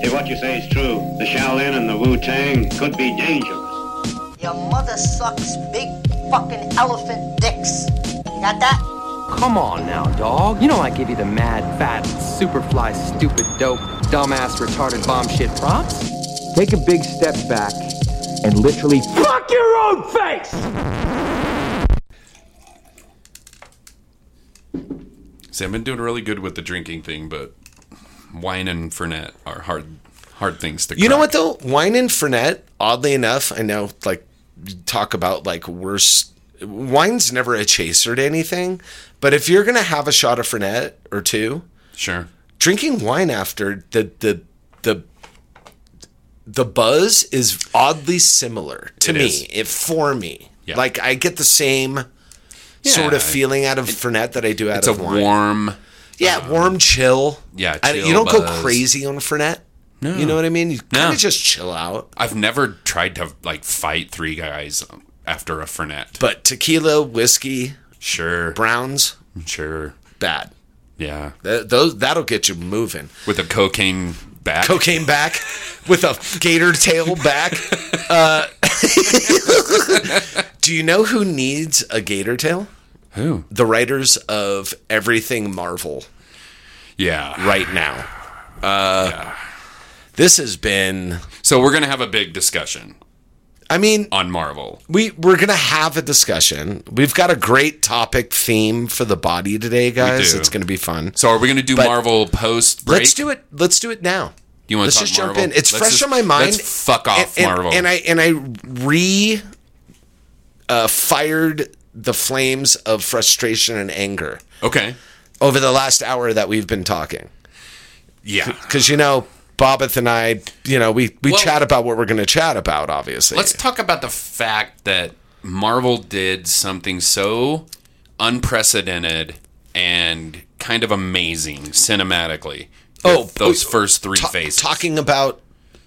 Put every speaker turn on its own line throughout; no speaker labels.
If what you say is true, the Shaolin and the Wu Tang could be dangerous.
Your mother sucks big fucking elephant dicks. You got that?
Come on now, dog. You know I give you the mad, fat, superfly, stupid, dope, dumbass, retarded, bomb shit props. Take a big step back and literally fuck your own face.
See, I've been doing really good with the drinking thing, but wine and Fernet are hard, hard things to.
You know what
crack.
though, wine and Fernet. Oddly enough, I know like talk about like worse. Wine's never a chaser to anything, but if you're gonna have a shot of Fernet or two,
Sure.
drinking wine after the the the the buzz is oddly similar to
It
me.
is.
It for me,
Yeah.
like I get the same sort
Yeah,
of feeling out of Fernet that I do out
It's a
of wine.
warm.
yeah, warm, chill.
Um, Yeah,
I- you
chill
don't
buzz.
go crazy on Fernet. No, you know what I mean. You kind of just chill out.
I've never tried to like fight three guys um, after a Fernet.
But tequila, whiskey,
Sure.
browns,
Sure.
bad.
Yeah.
Th- those that'll get you moving.
With a cocaine back.
Cocaine back with a gator tail back. Uh, do you know who needs a gator tail?
Who?
The writers of everything Marvel
Yeah.
right now. Uh, This has been.
So we're gonna have a big discussion
I mean,
on Marvel.
we we're gonna have a discussion. We've got a great topic theme for the body today, guys.
do.
It's gonna be fun.
So are we gonna do
But-
Marvel post break?
Let's do it. Let's do it now.
You wanna
let's
talk
just jump
Marvel?
in. It's
Let's
fresh
just-
on my mind.
let's fuck off
and, and-
Marvel.
And I and I re uh, fired the flames of frustration and anger
Okay.
over the last hour that we've been talking.
Yeah.
Because you know, Bobbeth and I, you know, we we
Well-
chat about what we're going to chat about. Obviously,
Let's talk about the fact that Marvel did something so unprecedented and kind of amazing cinematically.
Oh,
with those
oh,
first three
Ta-
phases.
Talking about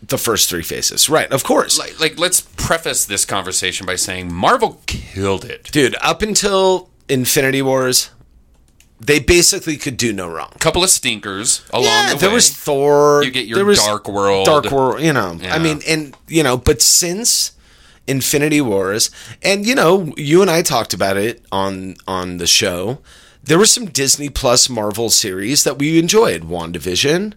the first three faces, right? Of course.
like, like, let's preface this conversation by saying Marvel killed it.
dude up until infinity wars they basically could do no wrong
Couple of stinkers along the way.
there was thor
You get your
there was
Dark World.
dark world you know
Yeah.
i mean and you know but since infinity wars and you know you and i talked about it on on the show there were some disney plus marvel series that we enjoyed wandavision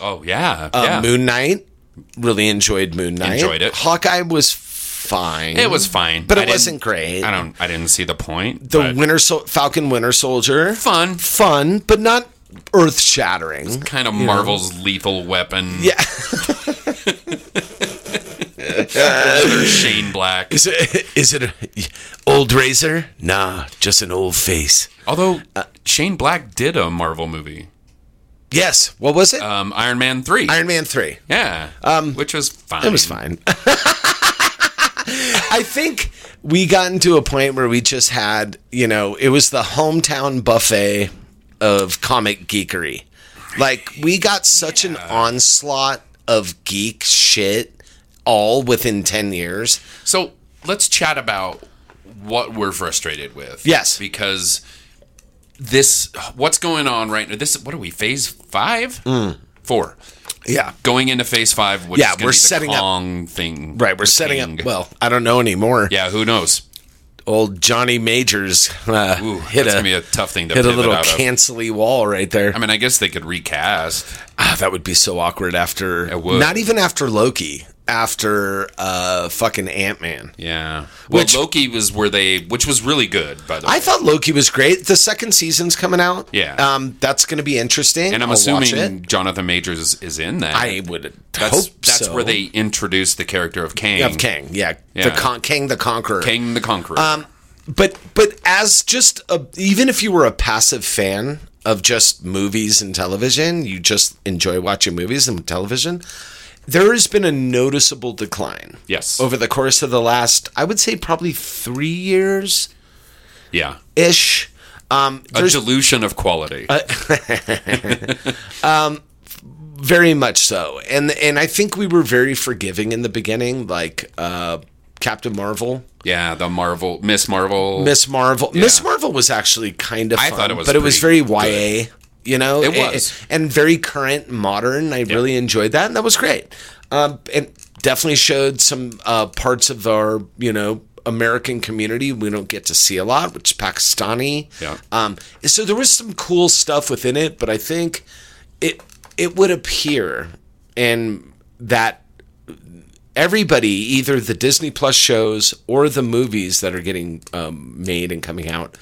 oh yeah,
uh,
yeah.
moon knight really enjoyed moon knight
Enjoyed it.
hawkeye was fine
it was fine,
but
I
it
didn't-
wasn't great
I don't. I didn't see the point.
the
but
Winter Sol- Falcon Winter Soldier.
Fun.
fun, but not earth shattering.
kind of Marvel's lethal weapon.
Yeah,
Another Shane Black.
is it is it a, old razor? Nah, just an old face.
Although
uh,
Shane Black did a Marvel movie,
Yes. What was it?
um, Iron Man three.
Uh, Iron Man three.
Yeah. Um, which was fine.
It was fine. I think we gotten to a point where we just had, you know, it was the hometown buffet of comic geekery. Like we got such an onslaught of geek shit all within 10 years.
So let's chat about what we're frustrated with.
Yes.
Because this, what's going on right now? This, what are we? Phase five, four,
Yeah.
going into phase five. Which
Mm. Yeah,
is gonna
we're
be the
setting up-
Kong thing.
Right, we're
The
setting
King.
up. Well, I don't know anymore.
yeah. Who knows?
Old Johnny Majors uh,
Ooh,
hit
that's
a
gonna be a tough thing to
hit a
pivot
little
out of.
cancelly wall right there.
I mean, I guess they could recast.
Ah, that would be so awkward after.
It would.
Not even after Loki. After uh, fucking Ant Man.
Yeah. Well,
Which-
Loki was where they, which was really good, by the way.
I thought Loki was great. The second season's coming out.
Yeah.
um, that's going to be interesting.
and I'm
I'll watch
assuming
it.
Jonathan Majors is, is in that.
I would
that's,
hope
that's
so.
where they introduced the character of Kang.
of Kang. Yeah,
Yeah.
the Con- Kang the Conqueror.
Kang the Conqueror.
Um, but but as just a, even if you were a passive fan of just movies and television, you just enjoy watching movies and television. there has been a noticeable decline.
Yes.
Over the course of the last, I would say probably three years
Yeah.
ish. Um,
A
there's Uh,
dilution of quality.
very much so, and and I think we were very forgiving in the beginning, like uh, Captain Marvel,
yeah, the Marvel, Miss Marvel.
Miss Marvel. Miss Marvel was actually kind of.
I
fun,
thought it was
but it was very
pretty
YA. You know,
It
A-
was.
and, very current, and modern. I really enjoyed that, and that was great. Um, and definitely showed some uh, parts of our, you know, American community we don't get to see a lot, which is Pakistani.
Yeah.
Um, so there was some cool stuff within it, but I think it it would appear and that everybody, either the Disney Plus shows or the movies that are getting um, made and coming out,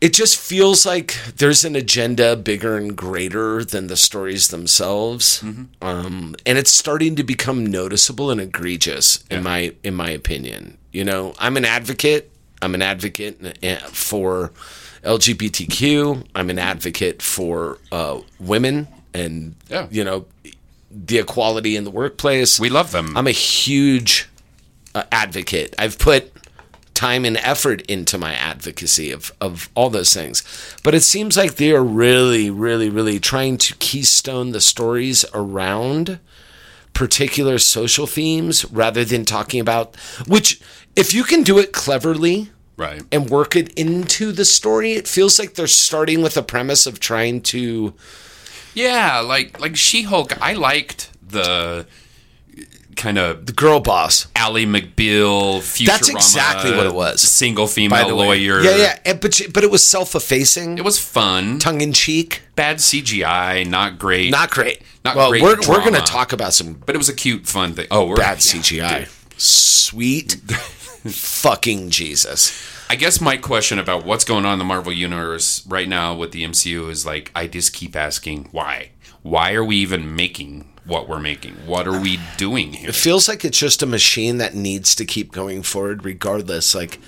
it just feels like there's an agenda bigger and greater than the stories themselves,
Mm-hmm.
um, and it's starting to become noticeable and egregious in my in my opinion. You know, I'm an advocate. I'm an advocate uh, for LGBTQ. I'm an advocate for uh, women and
Yeah.
you know the equality in the workplace.
we love them.
I'm a huge uh, advocate. I've put time and effort into my advocacy of, of all those things. But it seems like they are really, really, really trying to keystone the stories around particular social themes rather than talking about, which, if you can do it cleverly,
right.
and work it into the story. It feels like they're starting with a premise of trying to
Yeah, like like She-Hulk. I liked the kind of
the girl boss.
Ally McBeal. Futurama,
That's exactly what it was,
Single female lawyer.
yeah, yeah. And, but she- but it was self-effacing.
It was fun.
tongue in cheek.
Bad CGI. Not great.
Not great.
Not
well,
great
We're, we're
drama.
going to talk about some
But it was a cute, fun thing. Oh, we're,
bad
yeah,
CGI.
dude.
Sweet fucking Jesus.
I guess my question about what's going on in the Marvel universe right now with the MCU is like I just keep asking why. Why are we even making what we're making? What are we doing here?
It feels like it's just a machine that needs to keep going forward regardless. Like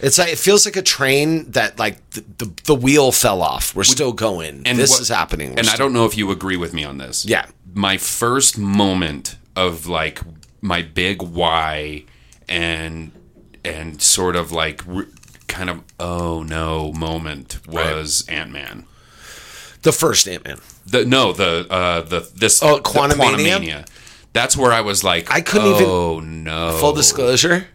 it's like it feels like a train that like the the, the wheel fell off. We're still going. this
what-
is happening. We're
And I
still-
don't know if you agree with me on this.
Yeah.
My first moment of like my big why and and sort of like re- kind of oh no moment was Ant Man.
the first Ant Man.
The no the uh the this
Oh,
the
Quantumania?
Quantumania. That's where I was like
I couldn't even-
oh, even no
Full disclosure,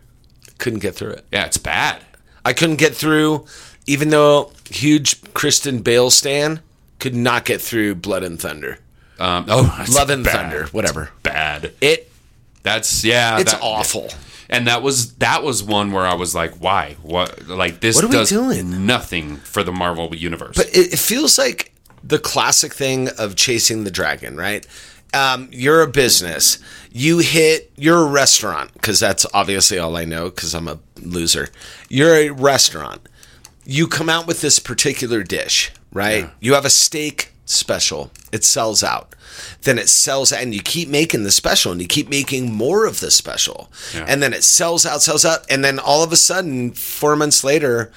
couldn't get through it.
Yeah, it's bad.
I couldn't get through, even though huge Kristen Bale stan could not get through Blood and Thunder,
Um, oh, it's
Love and
bad.
Thunder, whatever.
Bad.
It
That's yeah.
it's
that-
awful.
And that was that was one where I was like, why? What? Like this
What are we
does
doing?
nothing for the Marvel universe.
But it, it feels like the classic thing of chasing the dragon, right? Um, you're a business. You hit. You're a restaurant because that's obviously all I know because I'm a loser. You're a restaurant. You come out with this particular dish, right? You have a steak special. It sells out. Then it sells and you keep making the special and you keep making more of the special. And then it sells out, sells out, and then all of a sudden 4 months later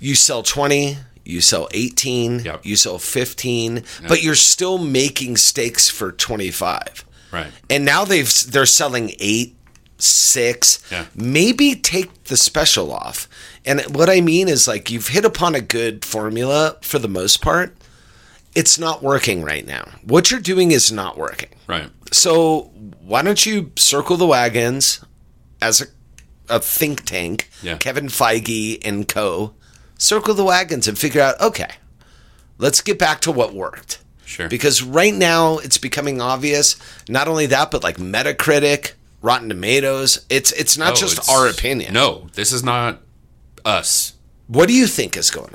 you sell 20 you sell 18
Yep.
you sell 15 but you're still making steaks for 25
right.
and now they've they're selling 8 6
Yeah.
maybe take the special off and what i mean is like you've hit upon a good formula for the most part it's not working right now what you're doing is not working
Right.
so why don't you circle the wagons as a, a think tank,
Yeah.
Kevin Feige and co. Circle the wagons and figure out okay, let's get back to what worked.
Sure.
Because right now it's becoming obvious. Not only that, but like Metacritic, Rotten Tomatoes. It's it's not
No,
just
Oh, it's-
our opinion.
No, this is not us.
What do you think is going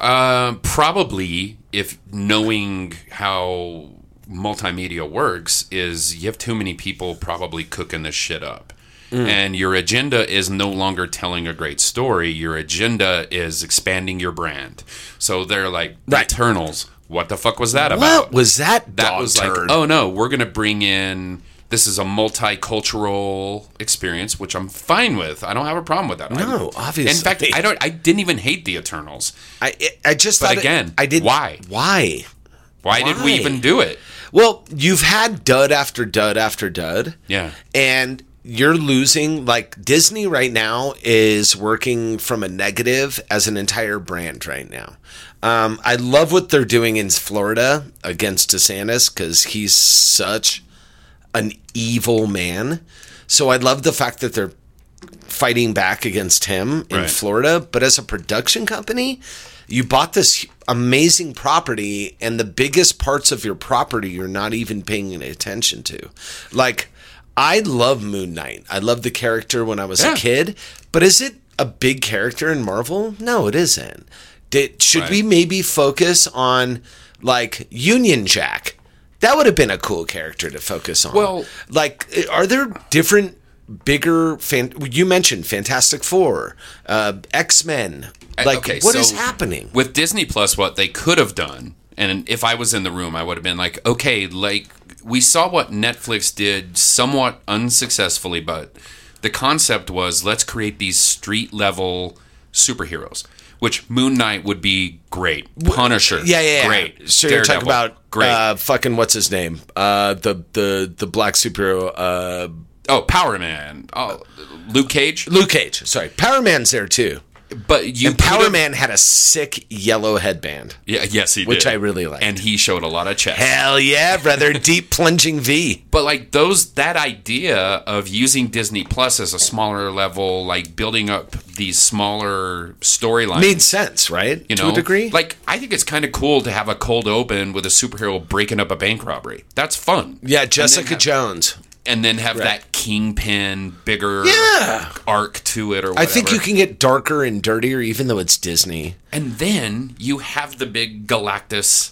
on?
Um, probably if knowing how multimedia works is you have too many people probably cooking this shit up.
Mm.
And your agenda is no longer telling a great story. Your agenda is expanding your brand. So they're like
Right.
Eternals. What the fuck was that about?
What was that?
that
dog
was
turd?
like, oh no, we're gonna bring in. This is a multicultural experience, which I'm fine with. I don't have a problem with that.
No,
I- In
obviously.
fact, I don't. I didn't even hate the Eternals.
I I just
But
thought it-
again,
I did
why?
why
Why, did we
Why?
even do it?
Well, you've had dud after dud after dud.
Yeah.
And you're losing like Disney right now is working from a negative as an entire brand right now. Um, I love what they're doing in Florida against DeSantis because he's such an evil man. So I love the fact that they're fighting back against him in
Right.
Florida. But as a production company, you bought this amazing property, and the biggest parts of your property you're not even paying attention to. Like, I love Moon Knight. I love the character when I was
Yeah.
a kid, but is it a big character in Marvel? No, it isn't. Did, should we
Right.
maybe focus on like Union Jack? That would have been a cool character to focus on.
Well-
like, eh, are there different, bigger? Fan- you mentioned Fantastic Four, uh, X Men. Like, what
Uh, Eh, Okay,
is
so
happening?
with Disney Plus? What they could have done, and if I was in the room, I would have been like, okay, like we saw what Netflix did, somewhat unsuccessfully, but the concept was let's create these street level superheroes. Which Moon Knight would be great. Punisher,
yeah, yeah, yeah.
great.
So you're talking
Daredevil,
about
great.
Uh, fucking what's his name? Uh, the the the black superhero. Uh,
oh, Power Man. Oh, Luke Cage.
Luke Cage. Sorry, Power Man's there too.
But you
And Power
could've-
Man had a sick yellow headband.
Yeah, yes, he
Which
did.
I really liked.
and he showed a lot of chest.
Hell yeah, brother! Deep plunging V.
but like those that idea of using disney plus as a smaller level like building up these smaller storylines
Made sense, right?
you
to
know
a degree.
like i think it's kind of cool to have a cold open with a superhero breaking up a bank robbery that's fun
yeah, Jessica
have-
Jones.
and then have
Right.
that kingpin bigger
Yeah.
arc to it or whatever
I think you can get darker and dirtier, even though it's Disney.
and then you have the big galactus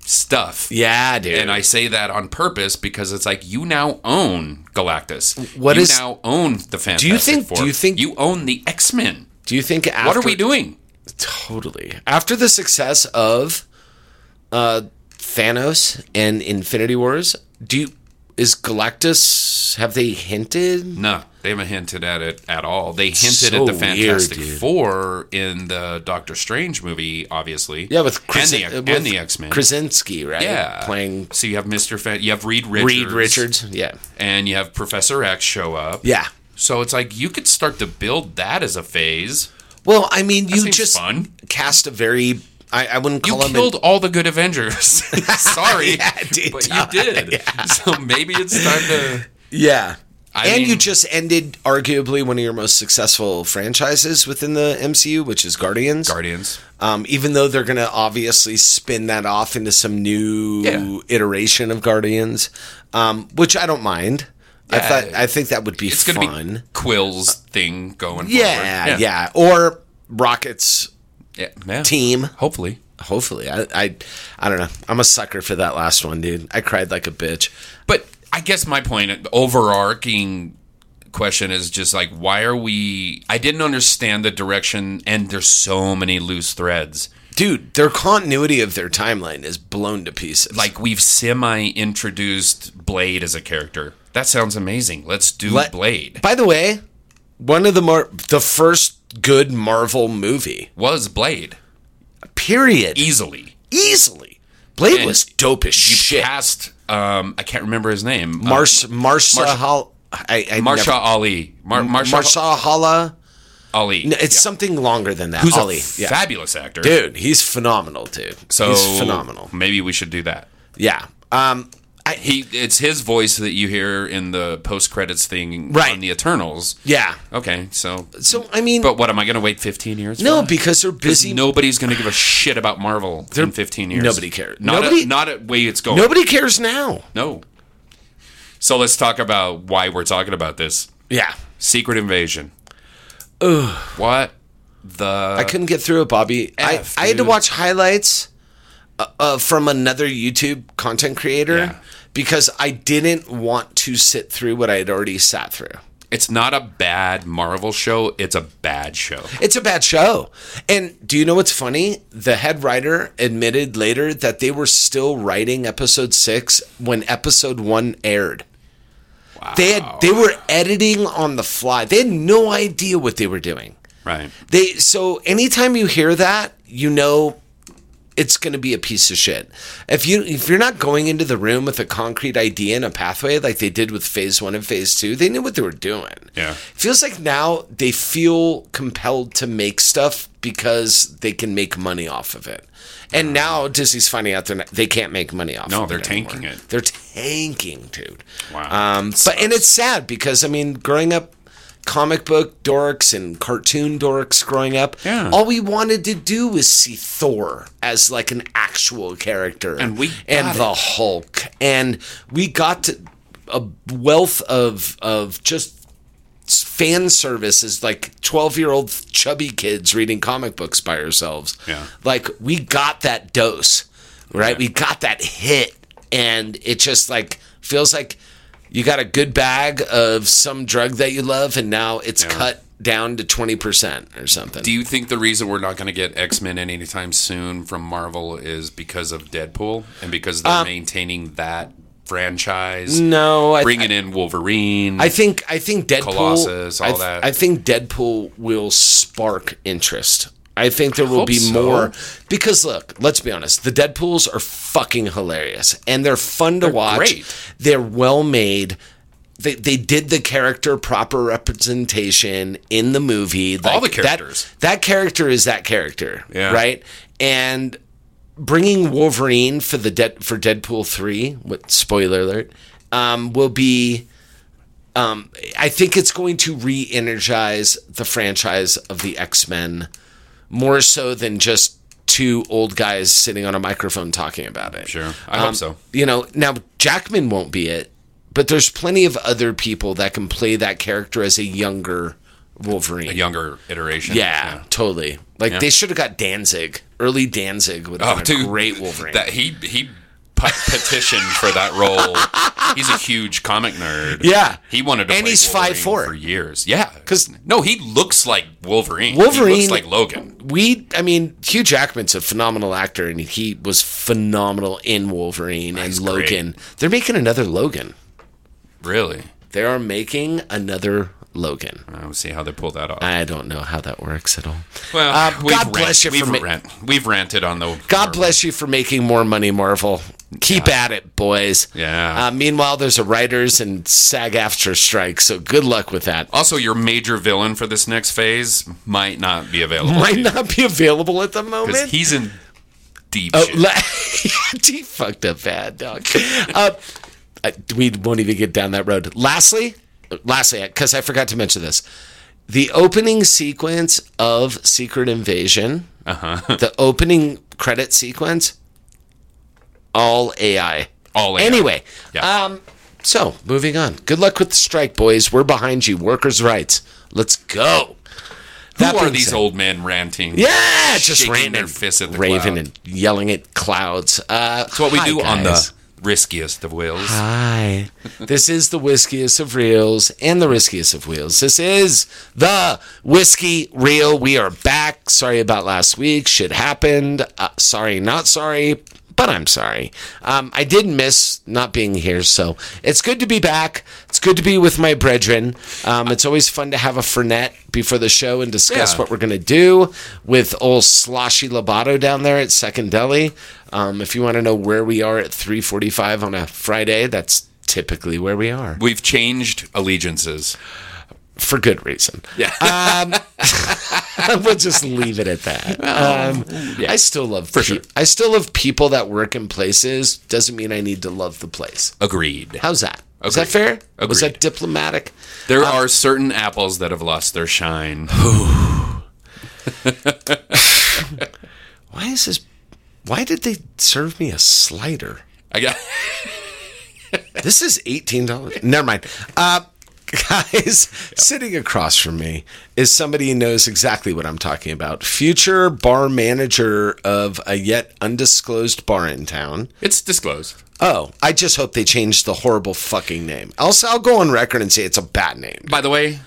stuff
Yeah, dude.
And I say that on purpose because it's like you now own Galactus.
What
you
is-
now own the Fantastic
you think- do
Four.
you think-
you own the X Men?
do you think after
What are we doing?
Totally. After the success of uh, Thanos and Infinity Wars, do you is Galactus? Have they hinted?
No, they haven't hinted at it at all. They hinted
so
at the Fantastic
weird, dude.
Four in the Doctor Strange movie, obviously.
Yeah, with Chris
and the,
with
and the X Men.
Krasinski, right?
Yeah,
playing
So you have Mister Fan, you have Reed Richards,
Reed Richards. Yeah,
and you have Professor X show up.
yeah.
So it's like you could start to build that as a phase.
Well, I mean, you
seems
just
fun.
cast a very. I, I wouldn't
You
call him. an-
killed all the good Avengers. Sorry,
Yeah, dude.
but you did. So maybe it's time to.
yeah.
I
and you
mean-
just ended arguably one of your most successful franchises within the MCU, which is Guardians.
Guardians.
Um, even though they're going to obviously spin that off into some new
Yeah.
iteration of Guardians, um, which I don't mind. I
Yeah.
thought I think that would be
It's going
fun.
to be Quill's thing going.
yeah, yeah,
forward.
Or Rocket's
yeah, yeah.
team.
Hopefully,
Hopefully, I, I, I don't know. I'm a sucker for that last one, dude. I cried like a bitch.
but I guess my point, overarching question is just like, why are we? I didn't understand the direction, and there's so many loose threads.
Dude, their continuity of their timeline is blown to pieces.
Like we've semi-introduced Blade as a character. That sounds amazing. Let's do
Let-
Blade.
By the way, one of the more the first good Marvel movie.
Was Blade
Period.
easily?
easily. Blade
E- And
was dope as
you
shit.
cast um I can't remember his name. Uh,
Mars Marsha Hall. I, I
Marsha
never-
Ali. Mar- Marsha
Marsha Hala.
Ali.
No, it's
Yeah.
something longer than that.
who's
Ali.
a
yeah.
fabulous actor.
Dude, he's phenomenal, dude.
So
he's phenomenal.
Maybe we should do that.
Yeah. Um I
He it's his voice that you hear in the post credits thing
Right.
on the Eternals.
yeah.
Okay, so
So I mean
but what am I going to wait 15 years?
no,
for that?
because they're busy
nobody's going to give a shit about Marvel in 15 years.
nobody cares.
Not
Nobody-
at, not at way it's going.
nobody cares now.
No. So let's talk about why we're talking about this.
Yeah.
Secret Invasion. Ugh. What the?
I couldn't get through it, Bobby. I
F,
I had to
dude.
watch highlights uh, uh, from another YouTube content creator
Yeah.
because I didn't want to sit through what I had already sat through.
It's not a bad Marvel show. It's a bad show.
It's a bad show. And do you know what's funny? The head writer admitted later that they were still writing episode six when episode one aired. They had they were editing on the fly. They had no idea what they were doing.
Right.
They so anytime you hear that, you know it's going to be a piece of shit. If you if you're not going into the room with a concrete idea and a pathway like they did with phase 1 and phase 2, they knew what they were doing.
Yeah.
Feels like now they feel compelled to make stuff because they can make money off of it. And now Disney's finding out they're not, they can't make money off
No,
of
they're
it anymore.
tanking it.
They're tanking, dude.
Wow.
Um, but and it's sad because I mean, growing up, comic book dorks and cartoon dorks growing up,
Yeah.
all we wanted to do was see Thor as like an actual character,
And we
and
got
the
it.
Hulk, and we got to a wealth of of just fan service as like 12 year old chubby kids reading comic books by ourselves.
Yeah.
Like we got that dose, right? We got that hit. And it just like feels like you got a good bag of some drug that you love and now it's cut down to 20% or something.
Do you think the reason we're not going to get X Men anytime soon from Marvel is because of Deadpool and because they're maintaining that franchise,
Um, no, I,
bringing in Wolverine?
I think I think
Mm.
Deadpool.
Colossus, all
I th-
that.
I think Deadpool will spark interest. I think there will
hope
be
so.
more because look, let's be honest. The Deadpool's are fucking hilarious and they're fun to watch.
great.
They're well made. They, they did the character proper representation in the movie.
All
Like,
the characters.
That, that character is that character,
Yeah.
right? And bringing Wolverine for the dead for Deadpool three. What spoiler alert? Um, will be. Um, I think it's going to re-energize the franchise of the X Men more so than just two old guys sitting on a microphone talking about it. Um,
Sure. I hope so.
You know, now Jackman won't be it, but there's plenty of other people that can play that character as a younger Wolverine.
A younger iteration.
Yeah, totally. Like they should have got Danzig. Early Danzig would have
Oh,
been a
dude.
great Wolverine.
That he he pet- petitioned for that role. He's a huge comic nerd.
Yeah.
he wanted to.
And
play
he's
Wolverine
5'4".
for years. Yeah,
'Cause-
no, he looks like Wolverine.
Wolverine-
he looks like Logan.
we, I mean, Hugh Jackman's a phenomenal actor, and he was phenomenal in Wolverine
He's
and
great.
Logan. They're making another Logan.
Really,
They are making another Logan.
I don't see how they pull that off.
I don't know how that works at all.
well,
Uh,
we've
God bless you for
we've,
ma-
rant- we've ranted on the.
God bless you for making more money, Marvel. Keep at it, boys.
Yeah.
Uh, meanwhile, there's a writers and SAG after strike, so good luck with that.
Also, your major villain for this next phase might not be available.
Might not be available at the moment.
because he's in deep.
Oh,
shit.
la- he fucked up bad, dog. Uh, I- we won't even get down that road. Lastly, lastly, because I forgot to mention this, the opening sequence of Secret Invasion,
Uh-huh.
the opening credit sequence, all AI.
All AI.
Anyway,
Yeah.
um, so moving on. Good luck with the strike, boys. We're behind you. Workers' rights. Let's go.
Who are
being
these
said-
old men ranting?
yeah, just
shaking
ranting,
their fists at the
raving
cloud.
and yelling at clouds. Uh,
That's what we do on the riskiest of wheels.
Hi, this is the whiskiest of reels and the riskiest of wheels. This is the whiskey reel. We are back. Sorry about last week. Shit happened. Uh, sorry, not sorry, but I'm sorry. Um, I did miss not being here, so it's good to be back. It's good to be with my brethren. Um, it's always fun to have a fernet before the show and discuss
Yeah.
what we're going to do with old sloshy Lobato down there at Second Deli. Um, if you want to know where we are at 3:45 on a Friday, that's typically where we are
We've changed allegiances.
for good reason. Yeah, um, we'll just leave it at that. Um, I still love for
sure.
I still love people that work in places. Doesn't mean I need to love the place.
Agreed.
How's that? Is that
Agreed.
fair? Was that
Agreed.
diplomatic?
There are certain apples that have lost their shine.
Why is this? Why did they serve me a slider?
I got
This is eighteen dollars. Never mind. Uh, guys, sitting across from me is somebody who knows exactly what I'm talking about. Future bar manager of a yet undisclosed bar in town.
it's disclosed.
Oh, I just hope they change the horrible fucking name. Else, I'll go on record and say it's a bad name.
By the way,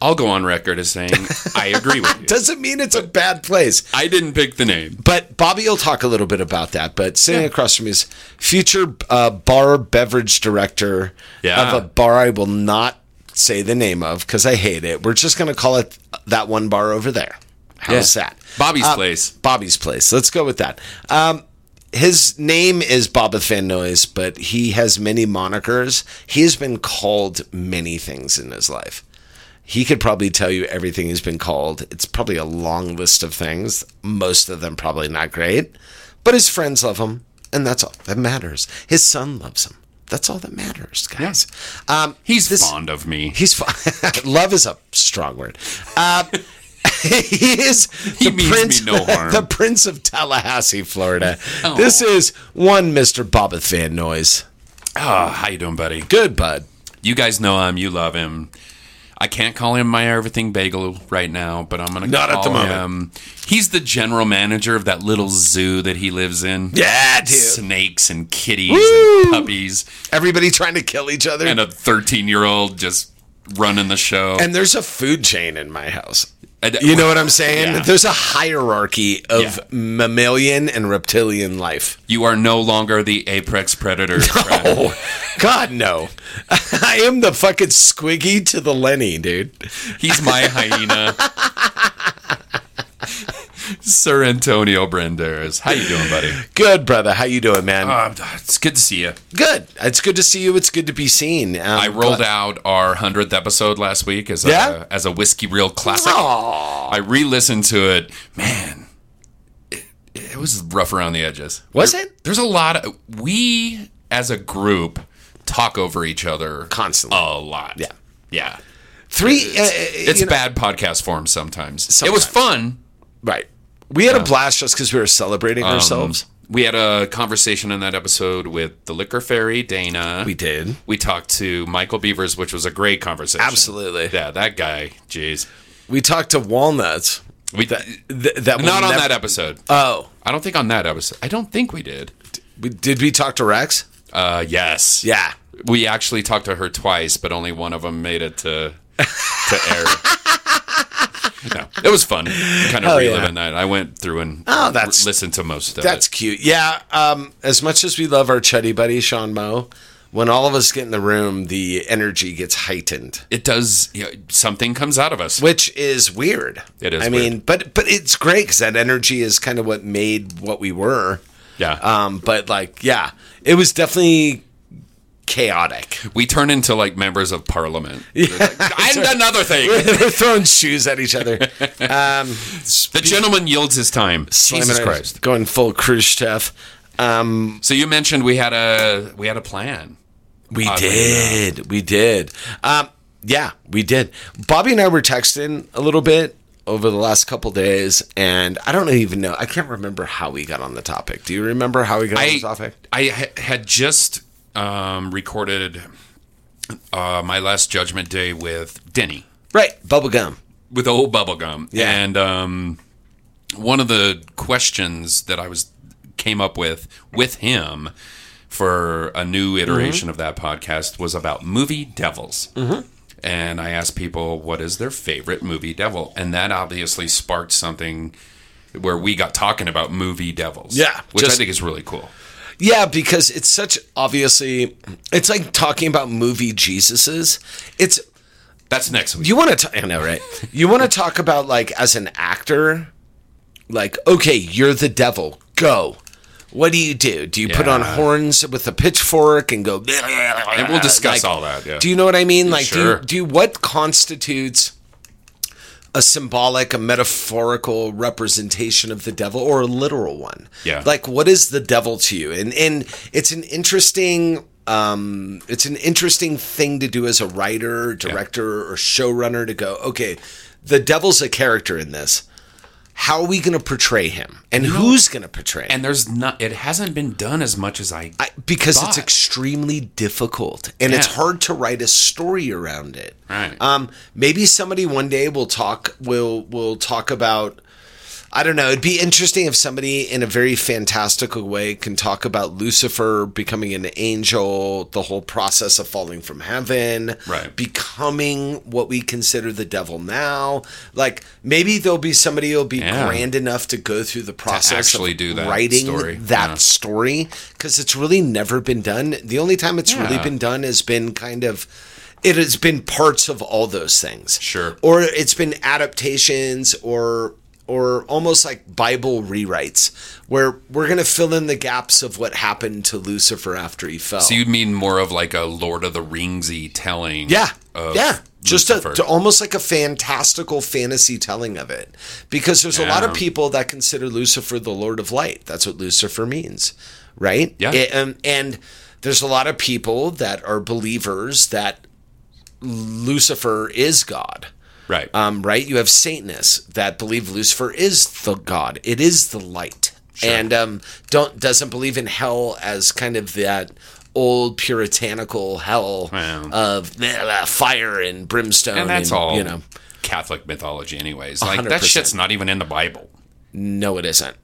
I'll go on record as saying I agree with you.
Doesn't mean it's a bad place.
I didn't pick the name.
But Bobby will talk a little bit about that. But sitting across from me is future uh, bar beverage director
Yeah.
of a bar I will not say the name of because I hate it. We're just going to call it that one bar over there. How's
Yeah.
that? Uh,
Bobby's Place.
Bobby's Place. Let's go with that. Um, his name is Boba Fanois, but he has many monikers. He has been called many things in his life. He could probably tell you everything he's been called. It's probably a long list of things, most of them probably not great, but his friends love him, and that's all that matters. His son loves him. That's all that matters, guys. Um,
He's
this-
fond of me.
He's fine. Love is a strong word. Uh, he is the
means me
prince,
no harm. Oh.
the prince of Tallahassee, Florida.
Aw.
This is one Mister Bobbit fan noise.
Ah, how you doing, buddy?
Good bud.
You guys know him. You love him. I can't call him my everything bagel right now, but I'm gonna
Not at
call
the moment.
him. He's the general manager of that little zoo that he lives in.
Yeah, dude.
snakes and kitties and puppies,
Everybody trying to kill each other.
and a 13 year old just running the show.
and there's a food chain in my house.
And-
You know what I'm saying?
Yeah.
There's a hierarchy of
Yeah.
mammalian and reptilian life.
You are no longer the apex predator. Fred.
Oh, God, no. I am the fucking squiggy to the Lenny, dude.
He's my hyena. Sir Antonio Banderas, how you doing, buddy?
Good, brother. How you doing, man?
Uh, it's good to see you.
Good. It's good to see you. It's good to be seen. Um,
I rolled
but-
out our hundredth episode last week as
Yeah?
a as a whiskey reel classic. I re-listened to it. Man, it, it was rough around the edges.
Was
There-
it?
There's a lot of we as a group talk over each other
Constantly.
a lot.
Yeah.
yeah.
three. uh,
It's
you know-
bad podcast form sometimes. It was fun.
right. We had a blast just because we were celebrating
Um,
ourselves.
We had a conversation in that episode with the liquor fairy, Dana.
We did.
We talked to Michael Beavers, which was a great conversation.
Absolutely.
Yeah, that guy. Jeez.
We talked to walnuts.
We
That, th- that will
not on
never-
that episode.
Oh,
I don't think on that episode. I don't think we did.
we, did we talk to Rex?
Uh, yes.
Yeah.
We actually talked to her twice, but only one of them made it to to air. No, it was fun. Kind of
Hell yeah.
reliving that. I went through and
Oh, that's-
listened to most of
That's
it.
cute. Yeah. Um, as much as we love our chuddy buddy Sean Moe, when all of us get in the room, the energy gets heightened.
It does you know, something comes out of us.
which is weird.
It is
I mean, but but it's great because that energy is kind of what made what we were.
Yeah.
Um. But like, yeah, it was definitely chaotic.
we turn into like members of parliament. Like, and another thing,
They're throwing shoes at each other. Um,
the gentleman yields his time. Jesus
slamming it,
Christ!
going full Khrushchev. Um,
So you mentioned we had a we had a plan.
we
Oddly
did, we did. Um, yeah, we did. Bobby and I were texting a little bit over the last couple days, and I don't even know. I can't remember how we got on the topic. Do you remember how we got on the
I
topic?
I ha- had just um, recorded uh, my last Judgment Day with Denny
Right, bubblegum.
with old bubblegum,
Yeah.
and um, one of the questions that I was came up with with him for a new iteration
Mm-hmm.
of that podcast was about movie devils. And I asked people what is their favorite movie devil, and that obviously sparked something where we got talking about movie devils.
Yeah,
which I
just-
think is really cool.
Yeah, because it's such obviously it's like talking about movie Jesuses. It's
That's next week.
you want to I know, right? You want to talk about like as an actor like okay, you're the devil. Go. What do you do? Do you put on
Yeah.
horns with a pitchfork and go
and we'll discuss
Like,
all that. Yeah.
Do you know what I mean? Like,
Sure.
do, you, do you, what constitutes a symbolic, a metaphorical representation of the devil, or a literal one?
Yeah.
Like, what is the devil to you? And and it's an interesting. Um, it's an interesting thing to do as a writer, director, or showrunner to go, okay, the devil's a character in this. How are we going to portray him? And who's going to portray him?
and there's not. It hasn't been done as much as I.
I, because it's
thought.
extremely difficult and it's
Yeah.
hard to write a story around it.
Right.
Um, maybe somebody one day will talk will will talk about I don't know. It'd be interesting if somebody in a very fantastical way can talk about Lucifer becoming an angel, the whole process of falling from heaven,
Right.
becoming what we consider the devil now. Like maybe there'll be somebody who'll be
Yeah.
grand enough to go through the process of
actually do that
writing
story.
that
Yeah.
story because it's really never been done. The only time it's really
Yeah.
been done has been kind of it has been parts of all those things.
Sure.
Or it's been adaptations or or almost like Bible rewrites, where we're going to fill in the gaps of what happened to Lucifer after he fell.
So you mean more of like a Lord of the Ringsy telling?
Yeah.
of
yeah. Just a,
Lucifer.
to almost like a fantastical fantasy telling of it. Because there's a lot of
Yeah.
people that consider Lucifer the Lord of Light. That's what Lucifer means, right?
Yeah.
It- um, and there's a lot of people that are believers that Lucifer is God.
right.
Um, right? You have Satanists that believe Lucifer is the God. It is the light, and um, don't doesn't believe in hell as kind of that old puritanical hell
Wow.
of blah, blah, fire and brimstone.
and that's all
You know,
Catholic mythology, anyways. Like that
100%.
shit's not even in the Bible.
no, it isn't.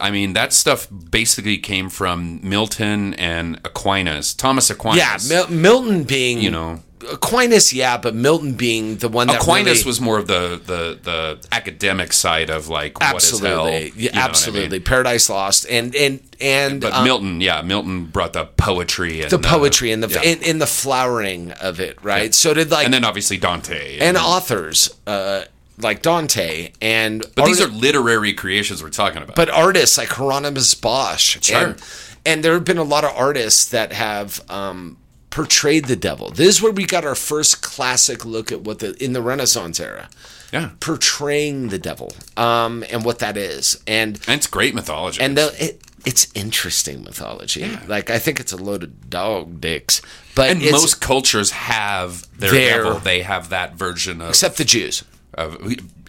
I mean, that stuff basically came from Milton and Aquinas, Thomas
Yeah,
Aquinas.
Mil- Milton being
you know,
Aquinas, yeah, but Milton being the one that
Aquinas
really-
was more of the, the the academic side of like
absolutely,
what is hell.
yeah,
you know what I
absolutely
mean?
Paradise Lost, and and and
But
um,
Milton, yeah, Milton brought the poetry and uh,
the poetry and the
yeah.
in, in the flowering of it, right? So did like
and then obviously Dante.
and authors uh, like Dante and
but these are literary creations we're talking about.
but artists like Hieronymus Bosch.
Sure.
And, and there have been a lot of artists that have um, portrayed the devil. This is where we got our first classic look at what the in the Renaissance era
yeah,
portraying the devil um, and what that is and
and it's great mythology.
and the, it, it's interesting mythology. Like I think it's a load of dog dicks, but
And
it's,
most cultures have their,
Their-
devil. They have that version of,
except the Jews.
of,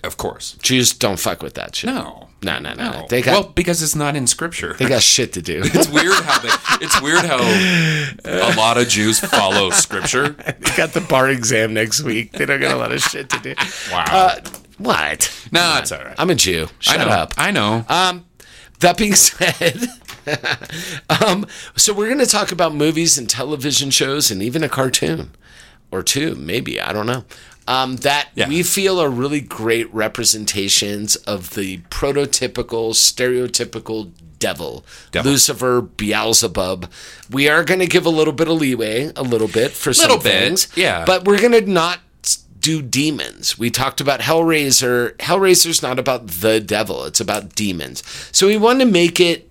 of course.
Jews don't fuck with that shit.
No,
No, no, no, no. They got-
well because it's not in scripture.
They got shit to do.
it's weird how they, it's weird how a lot of Jews follow scripture.
They got the bar exam next week. They don't got a lot of shit to do.
Wow.
Uh, what?
no, it's all right.
I'm a Jew. Shut
I know.
up.
I know.
Um, that being said, um, so we're going to talk about movies and television shows and even a cartoon or two, maybe. I don't know. Um, that
Yeah.
we feel are really great representations of the prototypical, stereotypical devil,
Devil.
Lucifer, Beelzebub. We are going to give a little bit of leeway, a little bit for some
Little bit,
things,
yeah.
But we're going to not do demons. We talked about Hellraiser. Hellraiser's not about the devil, it's about demons. So we want to make it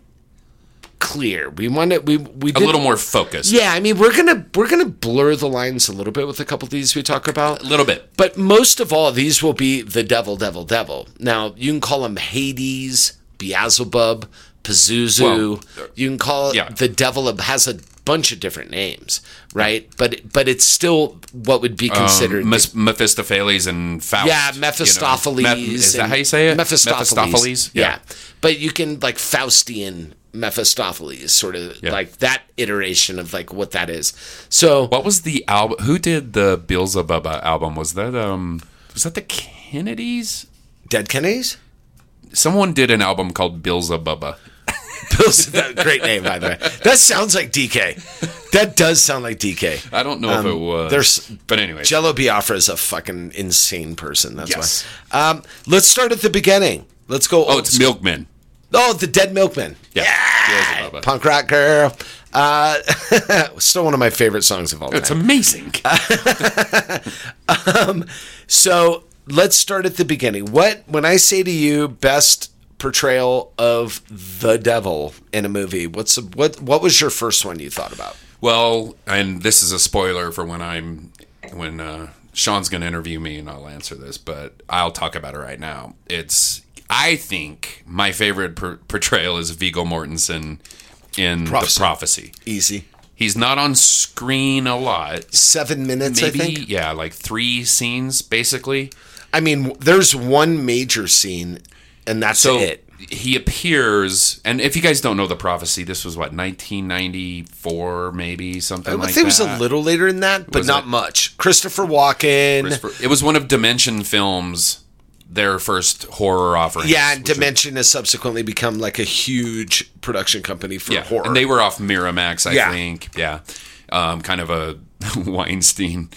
clear. We want to we we
a
did-
little more focused.
Yeah, I mean, we're going to we're going to blur the lines a little bit with a couple of these we talk about.
A little bit.
But most of all, these will be the devil, devil, devil. Now, you can call them Hades, Beelzebub, Pazuzu.
Well,
you can call it
yeah.
the devil of, has a bunch of different names, right? But but it's still what would be considered.
Um, Mes- Mephistopheles and Faust.
yeah,
you know.
Mephistopheles.
Mep- is that
and-
how you say it?
Mephistopheles.
Yeah.
Yeah. But you can like Faustian Mephistopheles, sort of
Yeah.
like that iteration of like what that is. So
What was the album? Who did the Beelzebub album? Was that um? Was that the Kennedys?
Dead Kennedys?
Someone did an album called Beelzebubba.
Bill's that, great name, by the way. That sounds like DK. That does sound like DK.
I don't know if it was.
Um, there's-
but anyway.
Jello Biafra is a fucking insane person. That's
Yes.
why. Um, let's start at the beginning. Let's go.
oh, it's Milkman.
Oh, the Dead Milkman.
Yeah. yeah.
Punk rock girl. Uh, still one of my favorite songs of all time.
It's amazing.
So let's start at the beginning. What when I say to you best portrayal of the devil in a movie? What's what? What was your first one you thought about?
Well, and this is a spoiler for when I'm when uh, Sean's going to interview me, and I'll answer this, but I'll talk about it right now. It's I think my favorite per- portrayal is Vigo Mortensen in
Prophecy.
the Prophecy.
Easy.
He's not on screen a lot.
Seven minutes, I
Maybe
think.
yeah, like three scenes basically.
I mean, w- there's one major scene, and that's
So
it.
he appears, and if you guys don't know the prophecy, this was what 1994, maybe something
I
like
think
that.
it was a little later than that, but
Was
not
it?
much. Christopher Walken.
Christopher- It was one of Dimension Films, their first horror offering.
yeah, and Dimension has subsequently become like a huge production company for
yeah,
horror.
and they were off Miramax, I
Yeah.
think. Yeah, um, kind of a Weinstein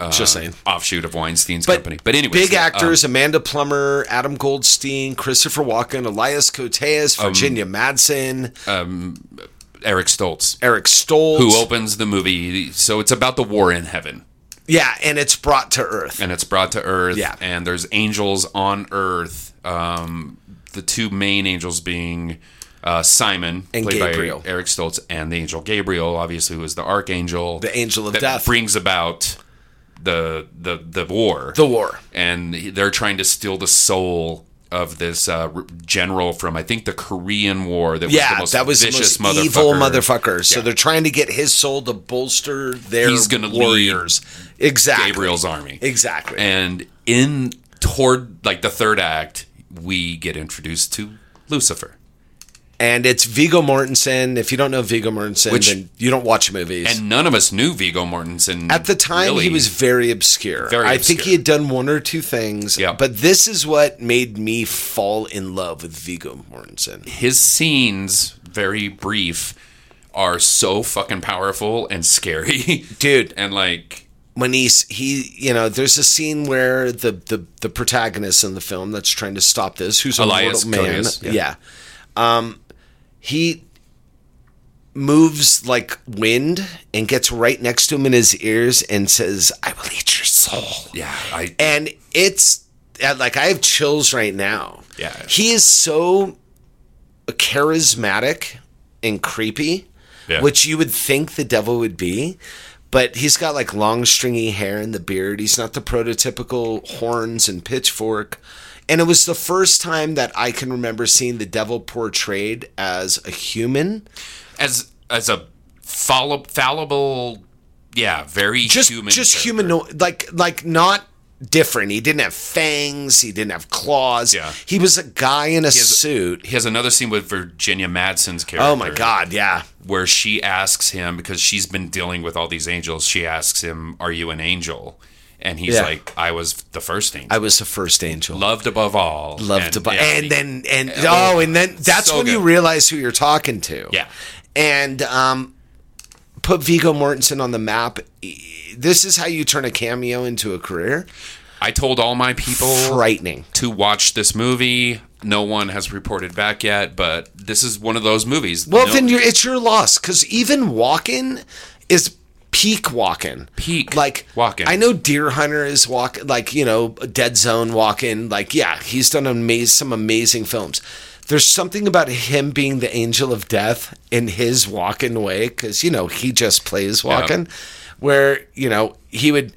uh,
just saying.
offshoot of Weinstein's
But,
company. But um, anyway,
big actors: Amanda Plummer, Adam Goldstein, Christopher Walken, Elias Koteas,
Um,
Virginia Madsen,
uh, Eric Stoltz,
Eric Stoltz.
who opens the movie. So it's about the war in heaven.
Yeah, and it's brought to Earth.
and it's brought to Earth.
Yeah.
And there's angels on Earth. Um, the two main angels being uh, Simon,
And
played
Gabriel.
by Eric Stoltz, and the angel Gabriel, obviously, who is the archangel,
The angel of
that
death.
brings about the the the war.
the war.
and they're trying to steal the soul of this uh, r- general from I think the Korean War. That was
Yeah,
the most
that was the
vicious
most evil
motherfucker.
motherfucker. So
Yeah.
they're trying to get his soul to bolster their
He's gonna lead
warriors. Exactly.
Gabriel's army.
Exactly.
And in toward like the third act, we get introduced to Lucifer.
And it's Vigo Mortensen. If you don't know Vigo Mortensen,
Which-
then you don't watch movies.
And none of us knew Vigo Mortensen
At the time,
really.
he was very obscure.
Very
I think he
obscure.
had done one or two things.
Yeah.
But this is what made me fall in love with Vigo Mortensen.
his scenes very brief are so fucking powerful and scary,
Dude.
and like
When he's he, you know, there's a scene where the the the protagonist in the film that's trying to stop this, who's a
Elias
mortal man,
Koteas,
yeah.
yeah.
Um, he moves like wind and gets right next to him in his ears and says, "I will eat your soul."
yeah, I
and it's uh, like I have chills right now.
Yeah.
he is so charismatic and creepy,
Yeah.
which you would think the devil would be, but he's got like long stringy hair and the beard. He's not the prototypical horns and pitchfork. And it was the first time that I can remember seeing the devil portrayed as a human,
as as a fallible, fallible yeah, very
just
human,
just
character.
humanoid, like like not different. He didn't have fangs. He didn't have claws.
Yeah.
he was a guy in a
has-
suit.
He has another scene with Virginia Madsen's character.
Oh my god, yeah.
where she asks him because she's been dealing with all these angels. She asks him, "Are you an angel?" And he's
Yeah.
like, "I was the first angel,
I was the first angel.
loved above all,
Loved to buy.
yeah,
and then and
oh,
oh, and then that's
so
when you
good.
realize who you're talking to.
Yeah.
And um put Vigo Mortensen on the map. E, This is how you turn a cameo into a career.
I told all my people
Frightening.
to watch this movie. No one has reported back yet, but this is one of those movies.
Well,
No-
then you're, it's your loss because even walking is peak walking.
Peak
like
walking.
I know Deer Hunter is walk like you know Dead Zone walking. Like yeah, he's done amaz- some amazing films. There's something about him being the angel of death in his walking way because you know he just plays walking, where you know he would.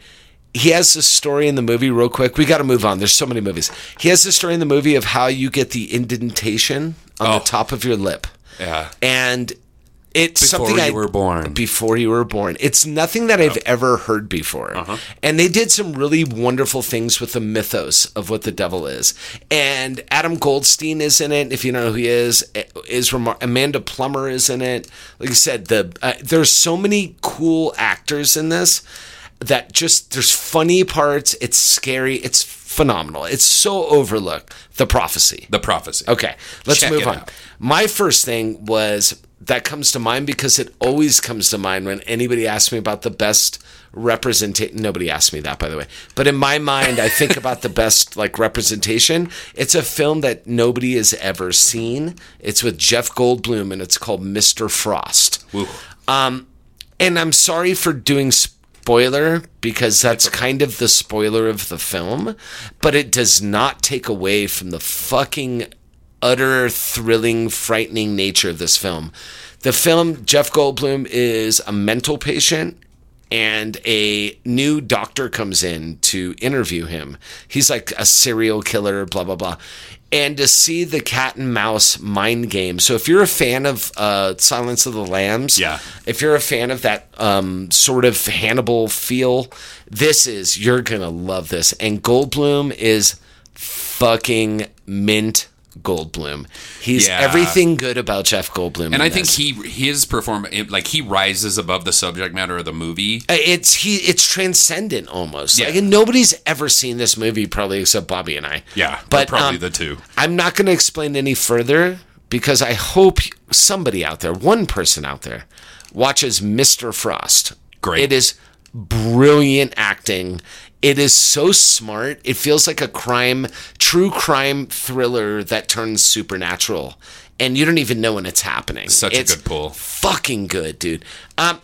He has this story in the movie, real quick. We got to move on. There's so many movies. He has this story in the movie of how you get the indentation on the top of your lip
yeah,
and it's
Before
something
you
I
were born.
Before you were born, it's nothing that I've ever heard before.
Uh-huh.
And they did some really wonderful things with the mythos of what the devil is. And Adam Goldstein is in it. If you don't know who he is, is remar- Amanda Plummer is in it. Like I said, the uh, there's so many cool actors in this that just there's funny parts. It's scary. It's phenomenal. It's so overlooked. The prophecy.
the prophecy.
Okay, let's
Check
move
it
on.
out.
My first thing was that comes to mind because it always comes to mind when anybody asks me about the best representation. Nobody asked me that, by the way. But in my mind, I think about the best like representation. It's a film that nobody has ever seen. It's with Jeff Goldblum, and it's called Mr. Frost. And I'm sorry for doing spoiler because that's kind of the spoiler of the film, but it does not take away from the fucking utter thrilling, frightening nature of this film. The film, Jeff Goldblum is a mental patient. And a new doctor comes in to interview him. He's like a serial killer, blah, blah, blah. And to see the cat and mouse mind game. So, if you're a fan of uh, Silence of the Lambs,
Yeah.
if you're a fan of that um, sort of Hannibal feel, this is you're gonna love this. And Goldblum is fucking mint Goldblum. He's
Yeah.
everything good about Jeff Goldblum,
And I think he his performance like he rises above the subject matter of the movie.
Uh, it's he it's transcendent almost.
Yeah.
Like and nobody's ever seen this movie probably except Bobby and I.
Yeah,
but
probably
um,
the two.
I'm not going to explain any further because I hope somebody out there, one person out there, watches Mr. Frost.
Great.
It is brilliant acting. It is so smart. It feels like a crime, true crime thriller that turns supernatural. And you don't even know when it's happening.
Such
It's
a good pull.
Fucking good, dude. Um,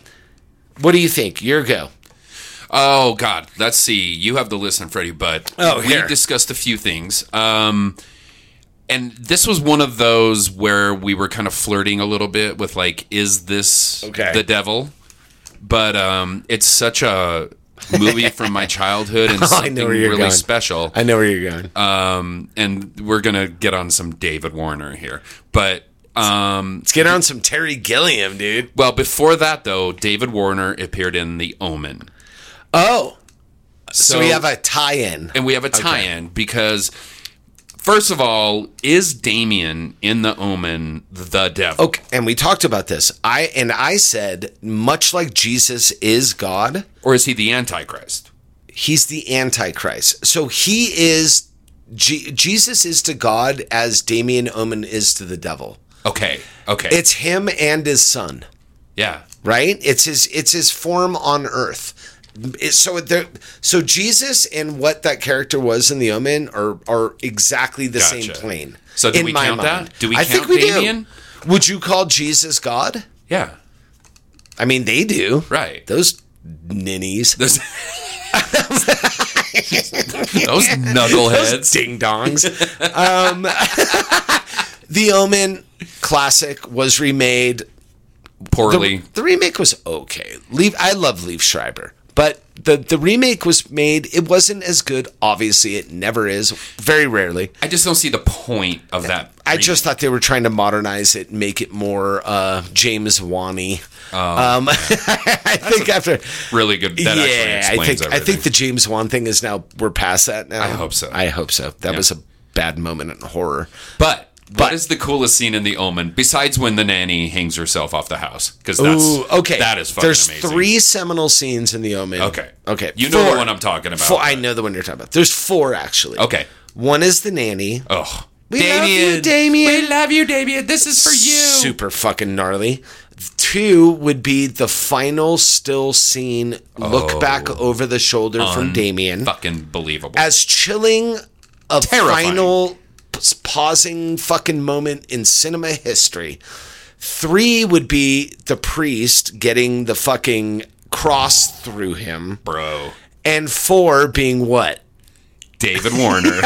what do you think? Your go.
Oh God, let's see. You have the list in Freddie, but
Oh,
we
here.
discussed a few things. Um, and this was one of those where we were kind of flirting a little bit with like, is this
Okay.
the devil? But um, it's such a movie from my childhood and
Oh, I know
something
where you're
really
going.
special.
I know where you're going.
Um, and we're gonna get on some David Warner here, but um,
Let's get on some Terry Gilliam, dude.
well, before that though, David Warner appeared in The Omen.
Oh, so, we have a tie-in.
and we have a tie-in because first of all is damien in the omen the devil
Okay, and we talked about this. I and I said much like Jesus is God,
or is he the antichrist
he's the antichrist. So he is Je- Jesus is to God as Damien Omen is to the devil.
okay okay
It's him and his son.
yeah
right? It's his it's his form on earth. It- so there, so Jesus and what that character was in the Omen are are exactly the
Gotcha.
same plane.
So do
in
we
my
count that?
mind.
Do we
I think
count
we
Damien?
do. Would you call Jesus God?
yeah
I mean, they do.
right
Those ninnies,
those, those knuckleheads
ding dongs. um, the Omen classic was remade. The,
poorly
the remake was okay. Leave I love Leaf Schreiber, but the the remake was made. It wasn't as good. Obviously, it never is. Very rarely.
i just don't see the point of that
I just thought they were trying to modernize it, and make it more uh, James Wany.
Oh,
um, I think after.
really good that actually
Yeah, I
explains
think I
everything.
think the James Wan thing is now we're past that now. I
hope so.
I hope so. That
Yeah.
was a bad moment in horror.
but what
but-
is the coolest scene in The Omen besides when the nanny hangs herself off the house? Because that's
Ooh, okay.
That is fucking
There's
amazing.
three seminal scenes in The Omen.
Okay.
Okay.
You know
Four.
the one I'm talking about.
Four, I know the one you're talking about. There's four actually.
Okay.
One is the nanny.
Oh.
We love you, Damien.
We love you, Damien. This is for you.
Super fucking gnarly. Two would be the final still scene look
Oh.
back over the shoulder from Damien.
Fucking believable.
As chilling a
Terrifying.
final p- pausing fucking moment in cinema history. Three would be the priest getting the fucking cross through him.
Bro.
And four being what?
David Warner.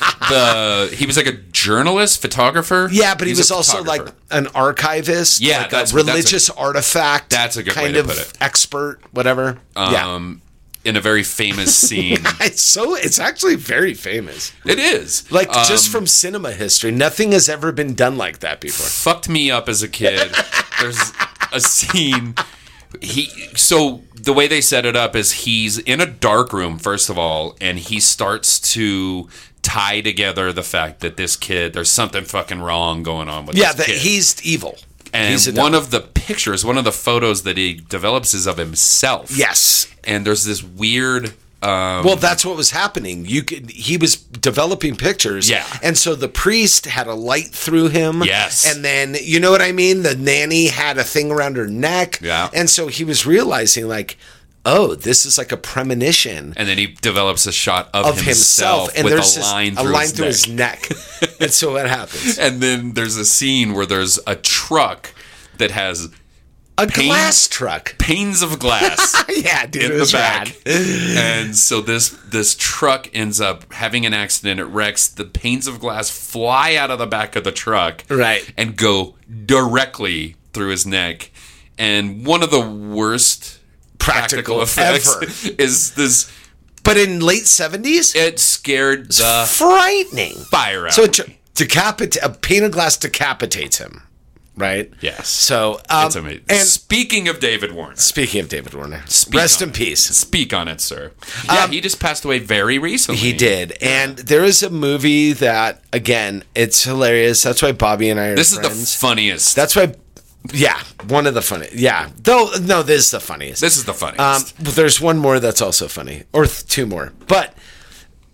the he was like a journalist, photographer.
Yeah, but he
He's
was
a
also like
photographer.
an archivist,
Yeah,
like a
that's- that's a-
religious artifact.
That's a good way
kind
to
of
put it.
expert, whatever. yeah,
um in a very famous scene.
it's so it's actually very famous,
it is.
like
Um,
just from cinema history. Nothing has ever been done like that before.
fucked me up as a kid. There's a scene. He so the way they set it up is he's in a dark room first of all, and he starts to tie together the fact that this kid there's something fucking wrong going on with
Yeah,
this
that
kid.
he's evil.
and
he's a
one
devil.
of the pictures one of the photos that he develops is of himself
yes.
and there's this weird um,
Well, that's what was happening. You could he was developing pictures.
Yeah.
And so the priest had a light through him.
Yes.
And then you know what I mean? The nanny had a thing around her neck.
Yeah.
And so he was realizing like, oh, this is like a premonition
and then he develops a shot of,
of himself,
himself,
and
with
there's
a
this-
line through, his, neck.
neck. and so what happens?
and then there's a scene where there's a truck that has
A
Pain-
glass truck.
panes of glass
Yeah, dude.
in
it
the
was
back.
rad.
and so this this truck ends up having an accident. It wrecks. The panes of glass fly out of the back of the truck,
Right.
and go directly through his neck. And one of the worst practical,
Practical
effects is this.
But in late seventies,
It scared the
frightening.
uh, fire out.
So
So
it decapit a pane of glass decapitates him, right?
Yes.
So um,
it's amazing. And
And
speaking of David Warner,
speaking of David Warner, rest
on
in
it.
peace.
speak on it, sir. Yeah, he just passed away very recently.
Um, He did, and there is a movie that again, it's hilarious. That's why Bobby and I are.
This
friends.
is the funniest.
That's why. Yeah, one of the funniest. Yeah, though. No, this is the funniest.
this is the funniest.
Um, but there's one more that's also funny, or th- two more. But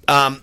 um,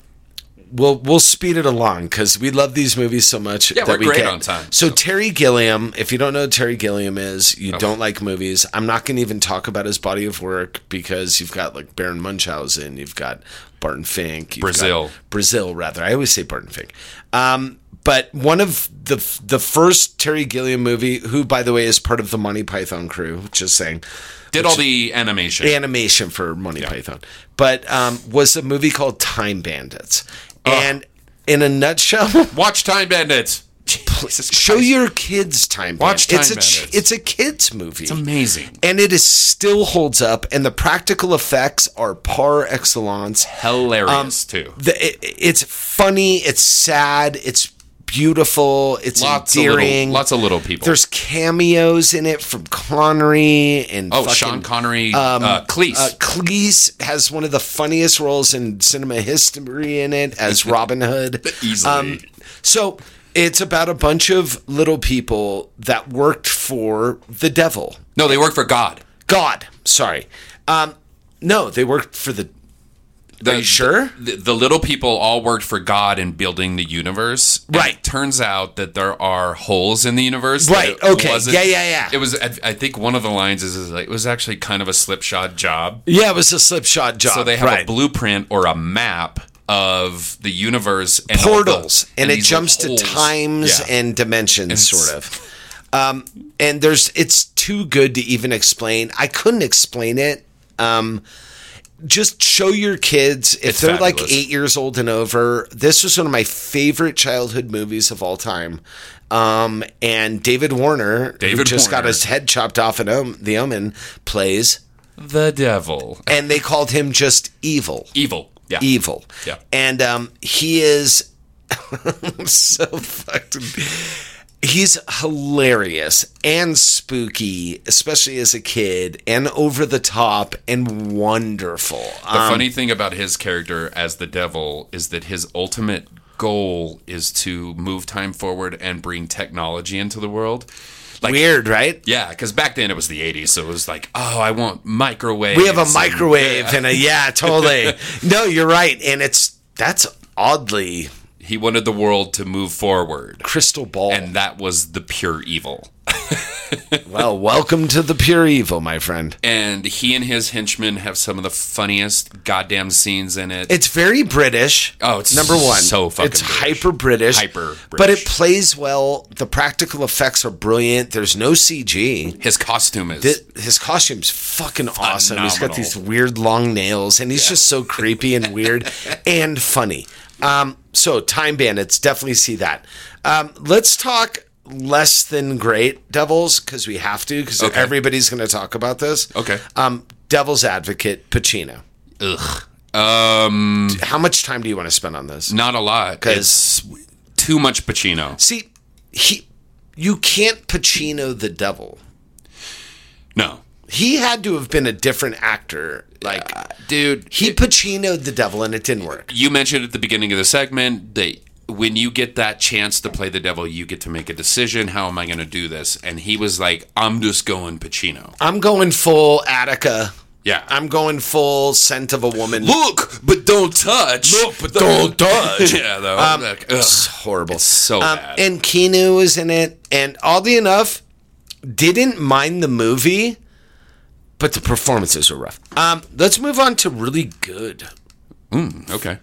we'll we'll speed it along because we love these movies so much.
Yeah,
that
we're
we
great
can.
on time,
So,
so.
Terry Gilliam, if you don't know who Terry Gilliam is, you don't like movies. I'm not going to even talk about his body of work because you've got like Baron Munchausen, you've got Barton Fink, you've
Brazil.
got- Brazil rather. I always say Barton Fink. Um, But one of the the first Terry Gilliam movie, who by the way is part of the Monty Python crew, just saying,
Did all the animation.
animation for Monty Python, but um, was a movie called Time Bandits, and in a nutshell,
Watch Time Bandits. Jesus
show
Christ.
your kids Time.
Watch
Bandits.
Time
it's a ch-
Bandits.
it's a kids movie.
It's amazing.
and it is still holds up, and the practical effects are par excellence. Um,
Hilarious too.
The, it, it's funny, it's sad, it's beautiful, it's
Lots of
endearing.
little, lots of little people.
There's cameos in it from Connery and
oh,
fucking-
Sean Connery, uh, Cleese.
uh, Cleese has one of the funniest roles in cinema history in it as Robin Hood. Um,
Easily.
so it's about a bunch of little people that worked for the devil.
no, they work for God.
God, sorry. Um, no, they worked for the.
The,
Are you sure?
The, the little people all worked for God in building the universe. And
Right.
it turns out that there are holes in the universe. that
Right,
it
okay.
wasn't-
Yeah, yeah, yeah.
It was. I, I think one of the lines is, is like, it was actually kind of a slipshod job.
Yeah, it was a slipshod job.
So they have a
right.
blueprint or a map of the universe and all the-
portals, and, it
these little
jumps to
holes.
times
Yeah.
and dimensions,
It's-
sort of. Um, and there's it's too good to even explain. I couldn't explain it. Um, just show your kids if
It's
they're like
fabulous.
eight years old and over. This was one of my favorite childhood movies of all time. Um, and David Warner, who
David
just got
Warner.
his head chopped off in um, The Omen, plays,
the devil,
and they called him just evil
evil. Yeah.
evil.
Yeah.
And um, he is so fucking. He's hilarious and spooky, especially as a kid, and over the top and wonderful.
The
Um,
funny thing about his character as the devil is that his ultimate goal is to move time forward and bring technology into the world. Like,
weird, right?
yeah, because back then it was the 80s, so it was like, oh, I want microwave.
We have a microwave and a yeah, totally. no, you're right, and it's that's oddly
He wanted the world to move forward,
crystal ball.
and that was the pure evil.
well, welcome to the pure evil, my friend.
And he and his henchmen have some of the funniest goddamn scenes in it.
It's very British.
Oh, it's
number one.
so fucking
It's
British.
hyper British.
Hyper
But it
British.
plays well. The practical effects are brilliant. There's no CG.
his costume is
Th- His costume's fucking awesome. He's
Phenomenal.
got these weird long nails, and he's just so creepy and weird and funny. Um, so Time Bandits, definitely see that. Um, let's talk less than great devils because we have to because
Okay.
everybody's going to talk about this.
Okay.
Um, Devil's Advocate Pacino.
ugh. Um,
How much time do you want to spend on this?
not a lot.
'Cause-
It's too much Pacino.
See, he, you can't Pacino the devil.
No,
He had to have been a different actor. Like
dude.
he Pacinoed the devil, and it didn't work.
you mentioned at the beginning of the segment that when you get that chance to play the devil, you get to make a decision. How am I going to do this? And he was like, "I'm just going Pacino."
I'm going full Attica.
Yeah.
I'm going full scent of a woman.
Look, but don't touch. Look, but don't touch. yeah, though. Like, ugh.
Um, It's horrible.
so
Um,
bad.
And Keanu is in it, and oddly enough, didn't mind the movie, but the performances were rough. Um, let's move on to really good
okay.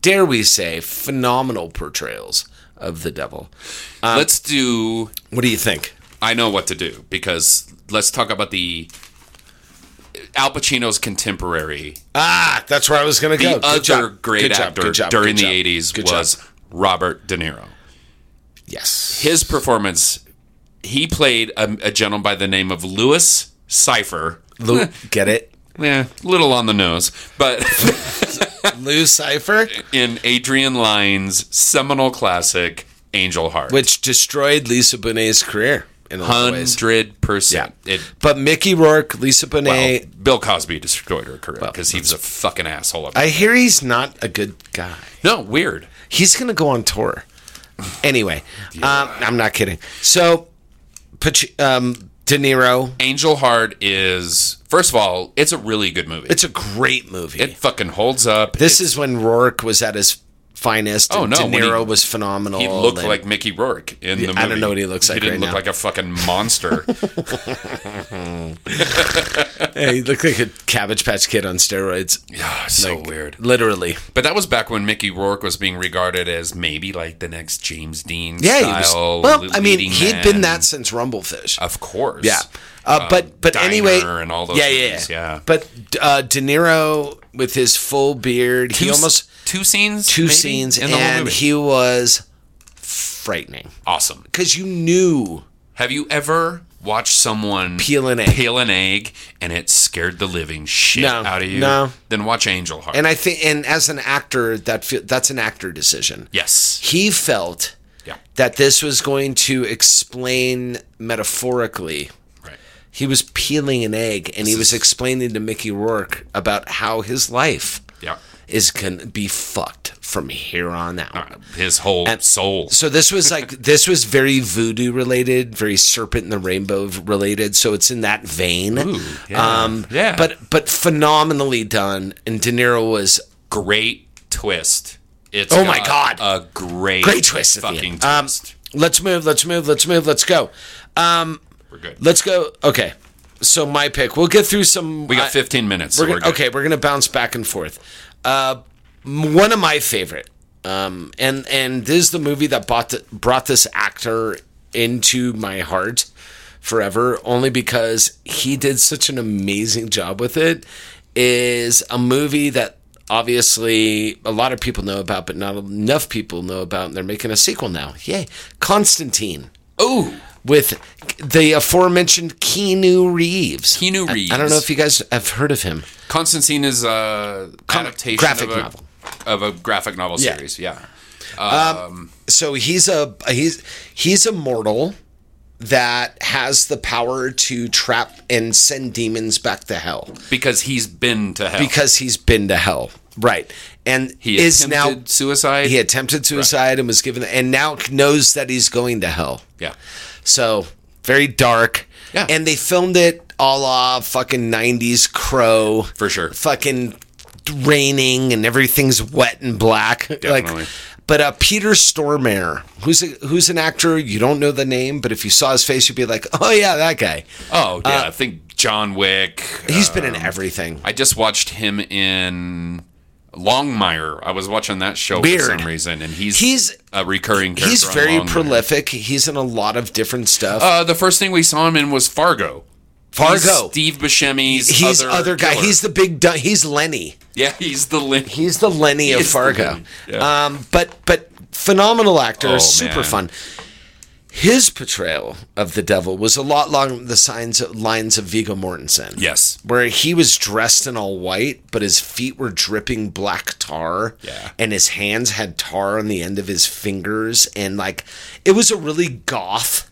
dare we say, phenomenal portrayals of the devil. Um,
Let's do.
What do you think?
I know what to do because let's talk about the Al Pacino's contemporary,
Ah, that's where I was going to
the
go.
other
Good job.
great
Good job.
actor
Good job.
during
Good
the
job.
'80s
Good
was
job.
Robert De Niro.
yes.
his performance, he played a, a gentleman by the name of Lewis Cipher.
Lou, get it?
Yeah, little on the nose, but
Lou Cipher,
in Adrian Lyne's seminal classic Angel Heart,
which destroyed Lisa Bonet's career in a lot of ways.
hundred percent.
Yeah.
It
But Mickey Rourke, Lisa
well,
Bonet.
Bill Cosby destroyed her career because he was a fucking asshole. About
I hear he's not a good guy.
no, weird.
He's going to go on tour. Anyway, um, I'm not kidding. So, Pac- um, De Niro,
Angel Heart is first of all, it's a really good movie.
it's a great movie.
it fucking holds up.
This is when Rourke was at his finest.
Oh,
and
no,
De
when he-
Niro was phenomenal.
He looked
and-
like Mickey Rourke in the
Yeah,
movie.
I don't know what he looks like
He didn't
right
look
now.
like a fucking monster.
Yeah, he looked like a Cabbage Patch Kid on steroids.
yeah, so
Like,
weird.
Literally.
But that was back when Mickey Rourke was being regarded as maybe like the next James Dean
Yeah, he was.
style.
Well, I mean,
leading
he'd
man.
been that since Rumblefish.
Of course.
Yeah. Uh, but but
Diner
anyway,
and all those
yeah, yeah,
movies, yeah.
But uh, De Niro with his full beard,
Two,
he
s-
almost
two scenes,
two
maybe,
scenes,
in the whole
and
movie.
he was frightening
awesome.
because you knew
Have you ever watched someone
Peel an egg.
peel an egg, and it scared the living shit
No,
out of you?
no.
Then watch Angel Heart.
And I think, and as an actor, that feel, that's an actor decision.
yes,
he felt
Yeah.
that this was going to explain metaphorically.
right.
He was peeling an egg, and he was explaining to Mickey Rourke about how his life
Yeah.
is gonna be fucked from here on out.
His whole
And-
soul.
So this was like this was very voodoo related, very serpent in the rainbow related. So it's in that vein.
yeah.
Um,
Yeah.
But but phenomenally done, and De Niro was
great twist. It's
Oh my
got
God.
a great
great twist at the
fucking
end. Um,
twist.
let's move. Let's move. Let's move. Let's go. Um,
We're good.
let's go. Okay. So my pick. We'll get through some.
we got
I-
15 minutes.
we're
so
gonna-
we're good.
okay. We're gonna bounce back and forth. Uh, m- one of my favorite. Um, and and this is the movie that bought the, brought this actor into my heart forever, only because he did such an amazing job with it. Is a movie that obviously a lot of people know about, but not enough people know about, and they're making a sequel now. Yay, Constantine
Oh,
with the aforementioned Keanu Reeves.
Keanu
I-
Reeves.
I, don't know if you guys have heard of him.
Constantine is a
Comic-
adaptation
graphic
of a,
novel.
of a graphic novel
Yeah.
series. Yeah.
So he's a he's he's a mortal that has the power to trap and send demons back to hell
Because he's been to hell.
because he's been to hell. Right. And
he
is now
attempted suicide.
he attempted suicide and was given and now knows that he's going to hell.
yeah.
So very dark.
Yeah.
And they filmed it a la fucking nineties crow.
For sure.
Fucking raining and everything's wet and black.
Definitely.
Like but uh, Peter Stormare, who's a, who's an actor, you don't know the name, but if you saw his face, you'd be like, "Oh yeah, that guy."
Oh, yeah.
Uh,
I think John Wick.
He's
uh,
been in everything.
I just watched him in Longmire. I was watching that show
Weird.
for some reason, and he's
He's-
a recurring character.
He's
on
very
Longmire.
prolific. He's in a lot of different stuff.
Uh, the first thing we saw him in was Fargo. He's
Fargo.
Steve Buscemi's
he's
other,
other, guy.
killer.
He's the big. du- He's Lenny.
yeah, he's the link.
He's the Lenny of
He's the
Fargo.
Lenny, yeah.
Um, but but phenomenal actor,
Oh,
super
man.
fun. His portrayal of the devil was a lot along the signs lines of Vigo Mortensen.
Yes.
Where he was dressed in all white, but his feet were dripping black tar.
Yeah.
And his hands had tar on the end of his fingers. And like it was a really goth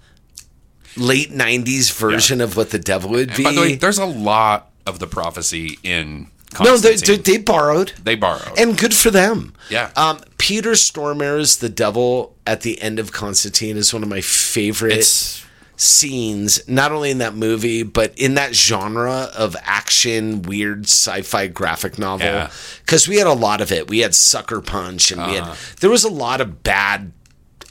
late nineties version of what the devil would be.
By the way, there's a lot of the prophecy in
no, they, they,
Constantine.
they borrowed.
They borrowed.
and good for them.
Yeah.
Um, Peter Stormare's "The Devil" at the end of Constantine is one of my favorite
It's-
scenes. Not only in that movie, but in that genre of action, weird sci-fi graphic novel.
Yeah.
Because we had a lot of it. We had Sucker Punch, and we
Uh-huh.
had there was a lot of bad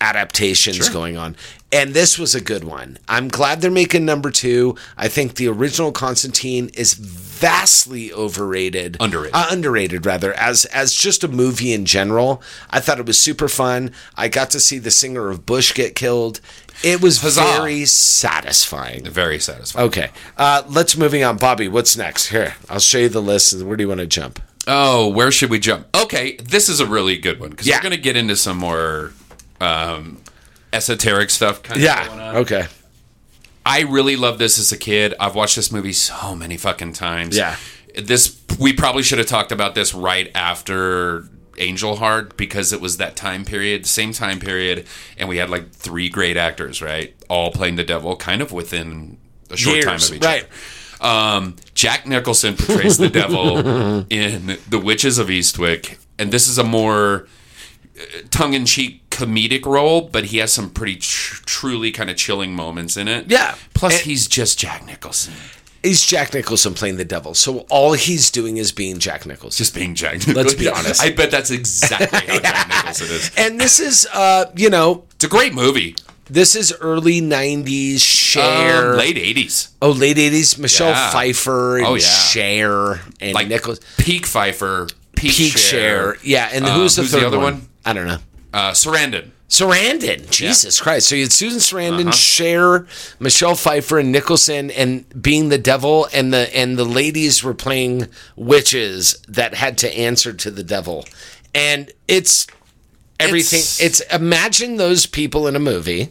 adaptations going on. And this was a good one. I'm glad they're making number two. I think the original Constantine is vastly overrated
Underrated.
uh, underrated rather as as just a movie in general i thought it was super fun i got to see the singer of bush get killed it was
Huzzah.
very satisfying
Very satisfying.
okay uh let's moving on bobby what's next here i'll show you the list and where do you want to jump
Oh, where should we jump? Okay, this is a really good one because
Yeah.
we're going to get into some more um, esoteric stuff. Kind Of going
yeah
on.
okay
I really loved this as a kid. I've watched this movie so many fucking times.
Yeah.
This we probably should have talked about this right after Angel Heart because it was that time period, same time period, and we had like three great actors, right? All playing the devil kind of within a short time
Years,
of each
right.
other. Um, Jack Nicholson portrays the devil in The Witches of Eastwick, and this is a more tongue in cheek comedic role, but he has some pretty tr- truly kind of chilling moments in it.
Yeah.
Plus,
And-
he's just Jack Nicholson.
He's Jack Nicholson playing the devil, so all he's doing is being Jack Nicholson.
Just being Jack
Let's
Nicholson.
be honest.
I bet that's exactly how Jack Nicholson is.
and this is, uh, you know,
It's a great movie.
this is early '90s Cher,
Um, late 80s.
oh late '80s Michelle
Yeah.
Pfeiffer and
Oh, yeah.
Cher and
Like
Nicholson,
Peak Pfeiffer, Peak,
peak Cher.
Cher.
yeah. And
Um,
who's the third
other
one?
one?
I don't know.
Uh, Sarandon.
Sarandon, Jesus Christ! So you had Susan Sarandon, Cher, Michelle Pfeiffer, and Nicholson, and being the devil, and the and the ladies were playing witches that had to answer to the devil, and it's everything. It's,
It's-
imagine those people in a movie,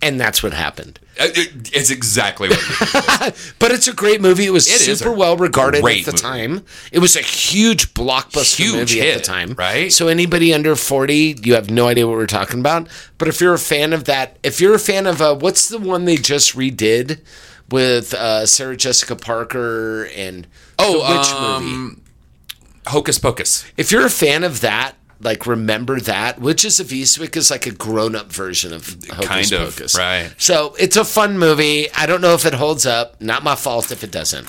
and that's what happened.
Uh, it- it's exactly what it is.
But it's a great movie. It was
It is
super
a
well regarded at
great
the
movie.
time. It was a huge blockbuster
Huge
movie at the
hit,
time,
right?
So anybody under forty, you have no idea what we're talking about. But if you're a fan of that, if you're a fan of uh, what's the one they just redid with uh, Sarah Jessica Parker and
Oh,
the witch movie?
um, Hocus Pocus.
If you're a fan of that. Like remember that Witches of Eastwick is like a grown up version of Hocus
Kind of,
Pocus.
right.
So it's a fun movie. I don't know if it holds up. Not my fault if it doesn't.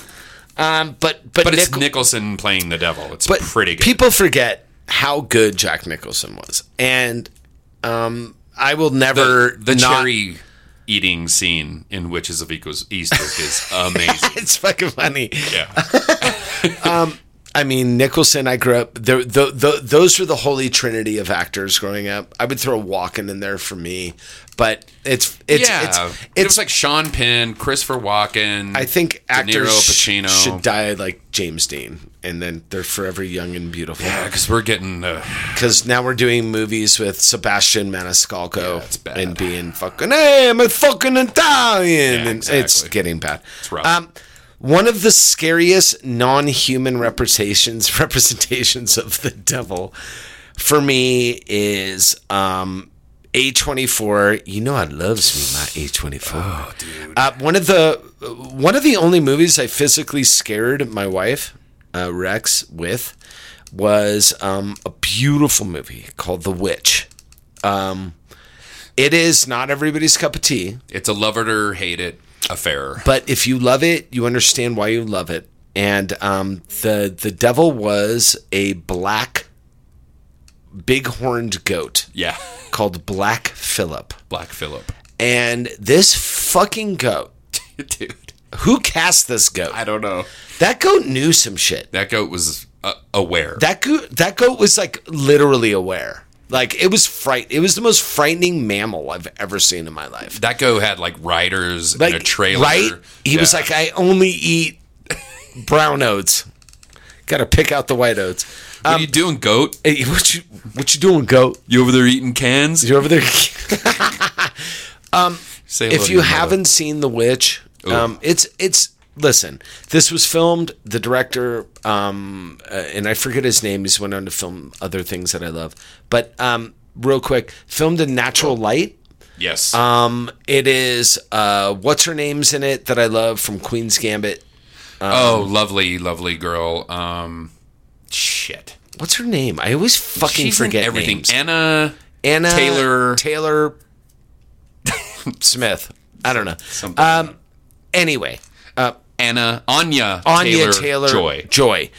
Um, but but,
But it's
Nichol-
Nicholson playing the devil. It's
but
pretty good.
People forget how good Jack Nicholson was, and um, I will never
the, the
not-
cherry eating scene in Witches of Equals Eastwick is amazing.
It's fucking funny.
yeah.
I mean, Nicholson. I grew up. The, the, the, those were the holy trinity of actors growing up. I would throw Walken in there for me, but it's it's
yeah.
it's,
it
it's
was like Sean Penn, Christopher Walken.
I think
De
actors
Niro,
sh-
Pacino.
should die like James Dean, and then they're forever young and beautiful.
Yeah, because we're getting uh,
because now we're doing movies with Sebastian Maniscalco
it's bad.
and being fucking hey, I'm a fucking Italian,
Yeah,
and it's
exactly.
getting bad. It's
rough.
one of the scariest non-human representations representations of the devil for me is um, A24. You know, I loves me my A24. Oh, dude. Uh, one of the one of the only movies I physically scared my wife uh, Rex with was um, a beautiful movie called The Witch. Um, it is not everybody's cup of tea,
it's a love it or hate it affair.
but if you love it, you understand why you love it. And um, the the devil was a black big-horned goat
yeah,
called Black Phillip.
Black Phillip,
And this fucking goat,
dude.
who cast this goat?
I don't know.
That goat knew some shit.
That goat was uh, aware.
That goat, that goat was like literally aware. Like it was fright. It was the most frightening mammal I've ever seen in my life.
that goat had like riders
Like
and a trailer.
right? He was
Yeah.
like, I only eat brown oats. Got to pick out the white oats.
"What
um,
are you doing, goat?
Hey, what you what you doing, goat?
You over there eating cans?"
You over there?
Say hello
if
to
you
your mother.
haven't seen The Witch, um, it's it's listen. This was filmed. The director, um, uh, and I forget his name. He's went on to film other things that I love. But um, real quick, filmed in natural light.
yes,
Um, it is uh, what's her name's in it that I love from Queen's Gambit.
oh, lovely, lovely girl. Um, shit,
What's her name? I always fucking
She's in
forget
everything.
names.
Anna,
Anna
Taylor-
Taylor Smith. I don't know.
something.
Um, anyway,
Anna, Anya,
Anya
Taylor,
Taylor,
Joy.
Joy,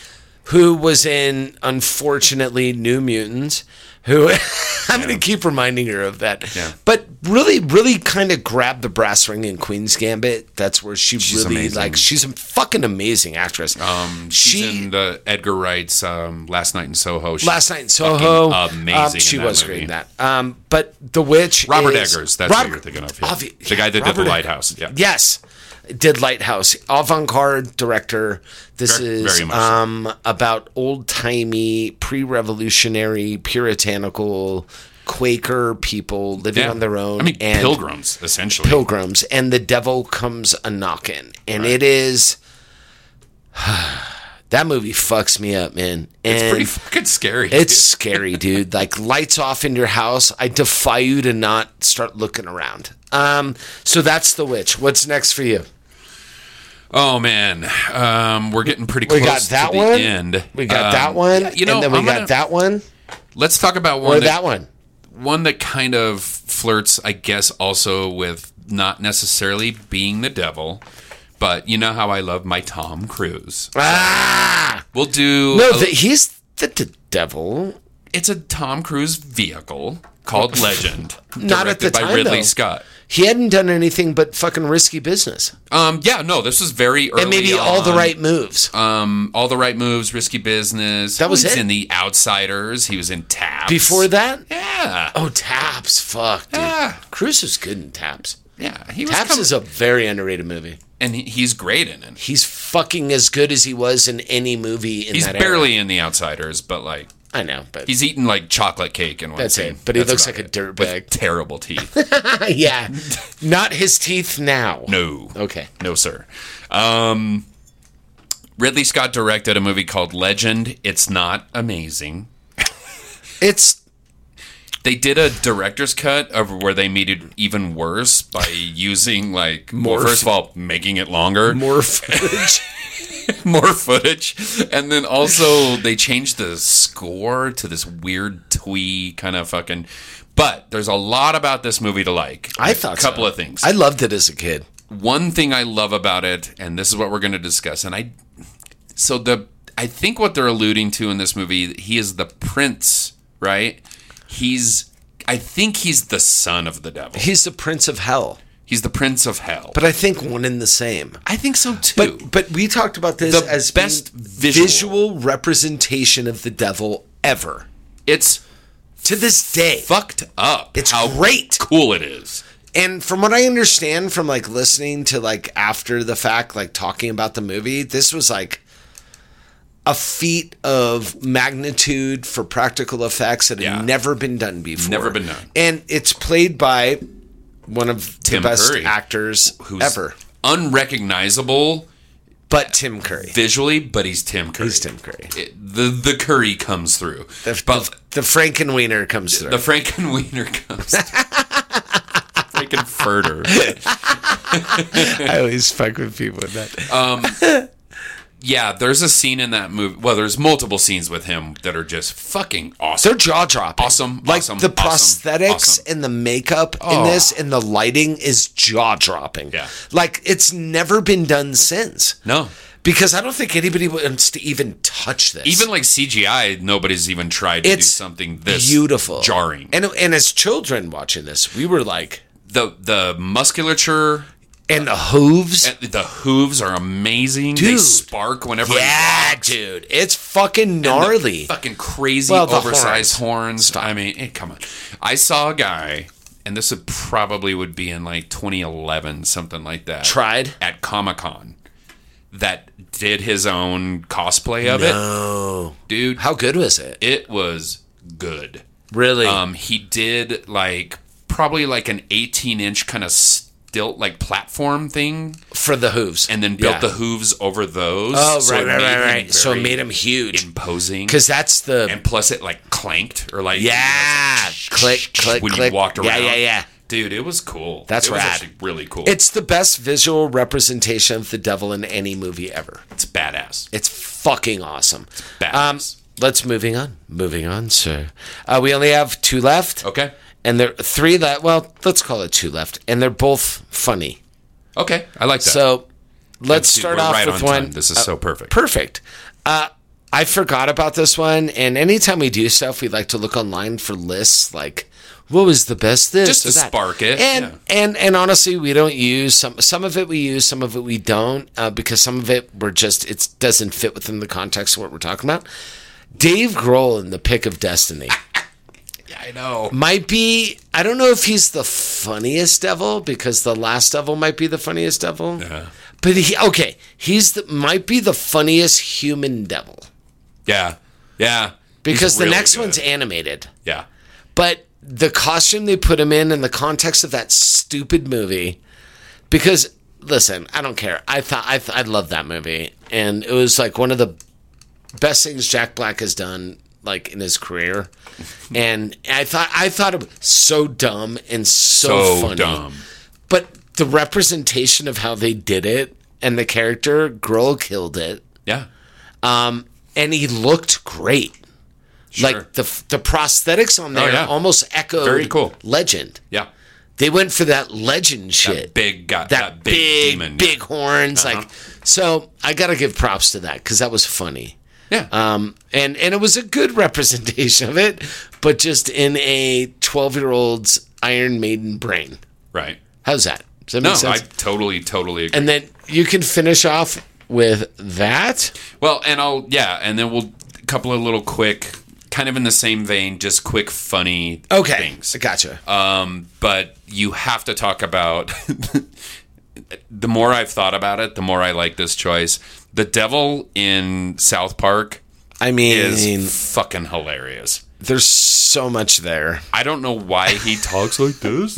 who was in unfortunately New Mutants. Who I'm going to keep reminding her of that.
Yeah.
But really, really kind of grabbed the brass ring in Queen's Gambit. That's where she really
amazing.
like. She's a fucking amazing actress.
Um, she's in the Edgar Wright's um, Last Night in Soho. She's
last night in Soho.
fucking Amazing.
Um,
in
she
that
was
movie.
great in that. Um, but The Witch.
Robert
is-
Eggers. That's
Rob-
what you're thinking of. Yeah.
Obvi-
the guy that did
Robert
the
Eg-
Lighthouse. Yeah.
Yes. Did Lighthouse. Avant garde director. This
Very-
is
very much so.
um, about old timey, pre revolutionary, puritanical Quaker people living
Yeah.
on their own.
I mean,
and
pilgrims essentially.
Pilgrims. And the devil comes a knocking. And it is. That movie fucks me up, man. And
it's pretty fucking scary.
it's scary, dude. Like lights off in your house. I defy you to not start looking around. Um, so that's the witch. What's next for you?
oh man, um, we're getting pretty
We
close
got that
to the
one.
end.
We got
Um,
that one.
yeah, you know,
and then we
I'm
got
gonna-
that one
Let's talk about
or
one
that one.
one that kind of flirts, I guess, also with not necessarily being the devil, But you know how I love my Tom Cruise.
Ah!
We'll do
No,
a-
the, he's the, d devil.
it's a Tom Cruise vehicle called Legend,
Not at the
directed by
time,
Ridley
though.
Scott.
He hadn't done anything but fucking risky business.
Um, yeah, no, this was very early.
and maybe all the
on.
right moves.
um, all the right moves, risky business.
That was
he was
it?
in the Outsiders. He was in Taps
Before that?
Yeah, Ah.
Oh, Taps. Fuck, dude.
Yeah.
Cruise is good in Taps.
yeah. He was
Taps
coming-
is a very underrated movie.
and he, he's great in it.
He's fucking as good as he was in any movie in
He's
that
barely in the Outsiders, but like
Era. I know, but
he's eating like chocolate cake in one
That's
scene.
it, but he
That's
looks
about
like a
it.
dirtbag.
With terrible teeth.
yeah, not his teeth now.
No.
Okay.
No, sir. Um, Ridley Scott directed a movie called Legend. It's not amazing.
It's
They did a director's cut of where they made it even worse by using like well,
Morph.
first of all making it longer, more,
more footage.
footage, and then also they changed the score to this weird twee kind of fucking. But there's a lot about this movie to like.
I thought
a couple
so.
of things.
I loved it as a kid.
one thing I love about it, and this is what we're going to discuss, and I, so the I think what they're alluding to in this movie, he is the prince, right? He's I think he's the son of the devil.
He's the prince of hell,
He's the prince of hell.
but I think one in the same.
I think so too.
But but we talked about this
The
as
best
being
visual.
representation of the devil ever
it's
to this day.
fucked up.
It's great.
cool it is.
And from what I understand from like listening to like after the fact, like talking about the movie, this was like a feat of magnitude for practical effects that
Yeah.
had never been done before.
Never been done.
And it's played by one of
Tim
the best
Curry,
actors
Who's
ever.
unrecognizable
But Tim Curry.
visually? But he's Tim Curry.
He's Tim Curry.
It- the the curry comes through.
The,
but
the, the Frankenweenie comes through.
The Frankenwiener comes. Frankenfurter.
I always fuck with people with that.
Yeah, there's a scene in that movie. Well, there's multiple scenes with him that are just fucking awesome.
They're jaw dropping.
Awesome,
Like
awesome,
the
awesome,
prosthetics
awesome. Oh.
and the makeup in this and the lighting is jaw dropping.
Yeah.
Like it's never been done since.
no.
Because I don't think anybody wants to even touch this.
Even like CGI, nobody's even tried to do
It's
something this
beautiful.
jarring. And
And and as children watching this, we were like
the the musculature,
and the hooves.
Uh, and the hooves are amazing. They
Dude.
spark whenever. he
yeah,
walks.
dude. It's fucking gnarly.
The fucking crazy
Well, the
oversized horns. I mean, eh, come on. I saw a guy, and this would probably would be in like 2011, something like that.
Tried?
at Comic Con that did his own cosplay of it, dude.
How good was it?
it was good.
Really?
Um, he did like probably like an 18 inch kind of stilt like platform thing,
For the hooves.
and then built
Yeah.
the hooves over those.
Oh,
so
right,
it
right,
made
right,
him
right. So it
very
made him huge.
imposing
Because that's the
and plus it like clanked or like
Yeah. Click, click,
when
click.
you walked around.
Yeah, yeah, yeah.
Dude, it was cool.
That's
it was
rad.
actually really cool.
It's the best visual representation of the devil in any movie ever.
it's badass.
It's fucking awesome. Um,
badass.
let's moving on. Moving on, sir. Uh, we only have two left.
Okay.
And there three left. Well, let's call it two left. And they're both funny.
Okay, I like that.
So let's
Dude,
start
we're
off
right
with
on
one.
time. This is
uh,
so perfect.
perfect. Uh, I forgot about this one. And anytime we do stuff, we like to look online for lists like what was the best this
Just
or
to
that.
spark it,
And
yeah.
and and honestly, we don't use some some of it. We use some of it. We don't uh, because some of it we're just it doesn't fit within the context of what we're talking about. Dave Grohl in the Pick of Destiny
yeah, I know.
might be. I don't know if he's the funniest devil because the last devil might be the funniest devil. But he okay, he's the, might be the funniest human devil
Yeah. Yeah.
because
He's
the
really
next
good.
one's animated.
Yeah.
But the costume they put him in and the context of that stupid movie, because listen, I don't care. I thought I th- I love that movie, and it was like one of the best things Jack Black has done like in his career. And I thought I thought it was so dumb and so,
So
funny,
dumb.
but the representation of how they did it and the character Grohl killed it
Yeah.
and he looked great.
Sure. Oh,
Like the the prosthetics on there
yeah.
almost echoed
Very cool.
Legend.
yeah.
They went for that legend shit.
big guy, that,
that,
big,
big,
demon.
big horns.
Uh-huh.
Like, so I got to give props to that because that was funny.
yeah.
Um, and and it was a good representation of it, but just in a twelve year old's Iron Maiden brain.
right.
How's that? Does that make
No, I
sense?
totally, totally agree.
and then you can finish off with that.
Well, and I'll yeah, and then we'll a couple of little quick, kind of in the same vein, just quick funny things.
gotcha.
Um, but you have to talk about. the more I've thought about it, the more I like this choice. The devil in South Park
I mean,
is fucking hilarious.
there's so much there.
I don't know why he talks like this.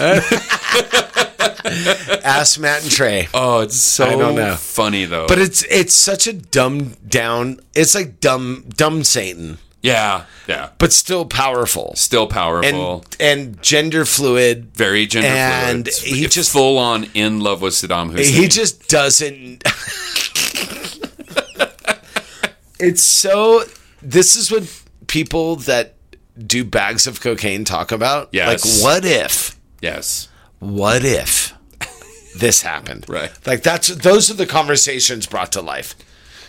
Ask Matt and Trey.
Oh, it's so
I don't know.
funny though.
But it's it's such a dumb down. It's like dumb dumb Satan,
yeah, yeah,
but still powerful
still powerful.
and and gender fluid.
very gender
and
fluid.
he
It's
just-
full on in love with Saddam Hussein.
He just doesn't. it's so. This is what people that do bags of cocaine talk about.
Yes.
Like, what if?
yes,
What if this happened?
Right.
Like that's those are the conversations brought to life.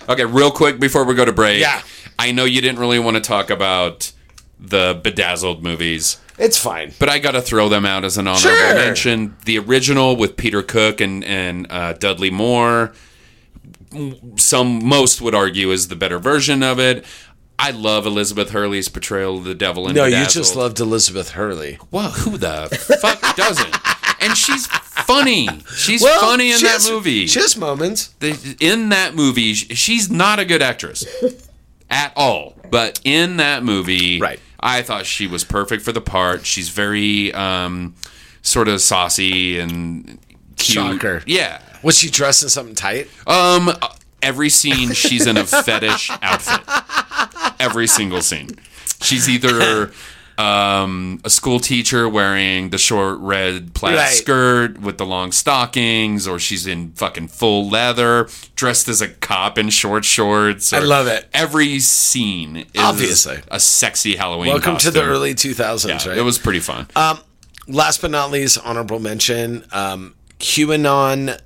Okay, real quick before we go to break.
Yeah.
I know you didn't really want to talk about the bedazzled movies,
It's fine.
but I got to throw them out as an honorable
Sure.
mention. The original with Peter Cook and and uh, Dudley Moore. Some most would argue is the better version of it. I love Elizabeth Hurley's portrayal of the devil in
No, you
Bedazzled.
just loved Elizabeth Hurley.
Well, who the fuck doesn't? And she's funny. She's funny in
she
that
has-
movie.
She has moments.
the, in that movie, sh- she's not a good actress at all. But in that movie,
Right.
I thought she was perfect for the part. She's very um, sort of saucy and cute.
Shocker.
Yeah.
Was she dressed in something tight?
Um. Every scene, she's in a fetish outfit. Every single scene, she's either um, a school teacher wearing the short red plaid
Right.
skirt with the long stockings, or she's in fucking full leather, dressed as a cop in short shorts.
I
or-
love it.
Every scene is
Obviously.
a sexy Halloween.
Welcome to the
costume.
early 2000s,
Yeah,
right? Um,
It was pretty fun.
Last but not least, honorable mention um, QAnon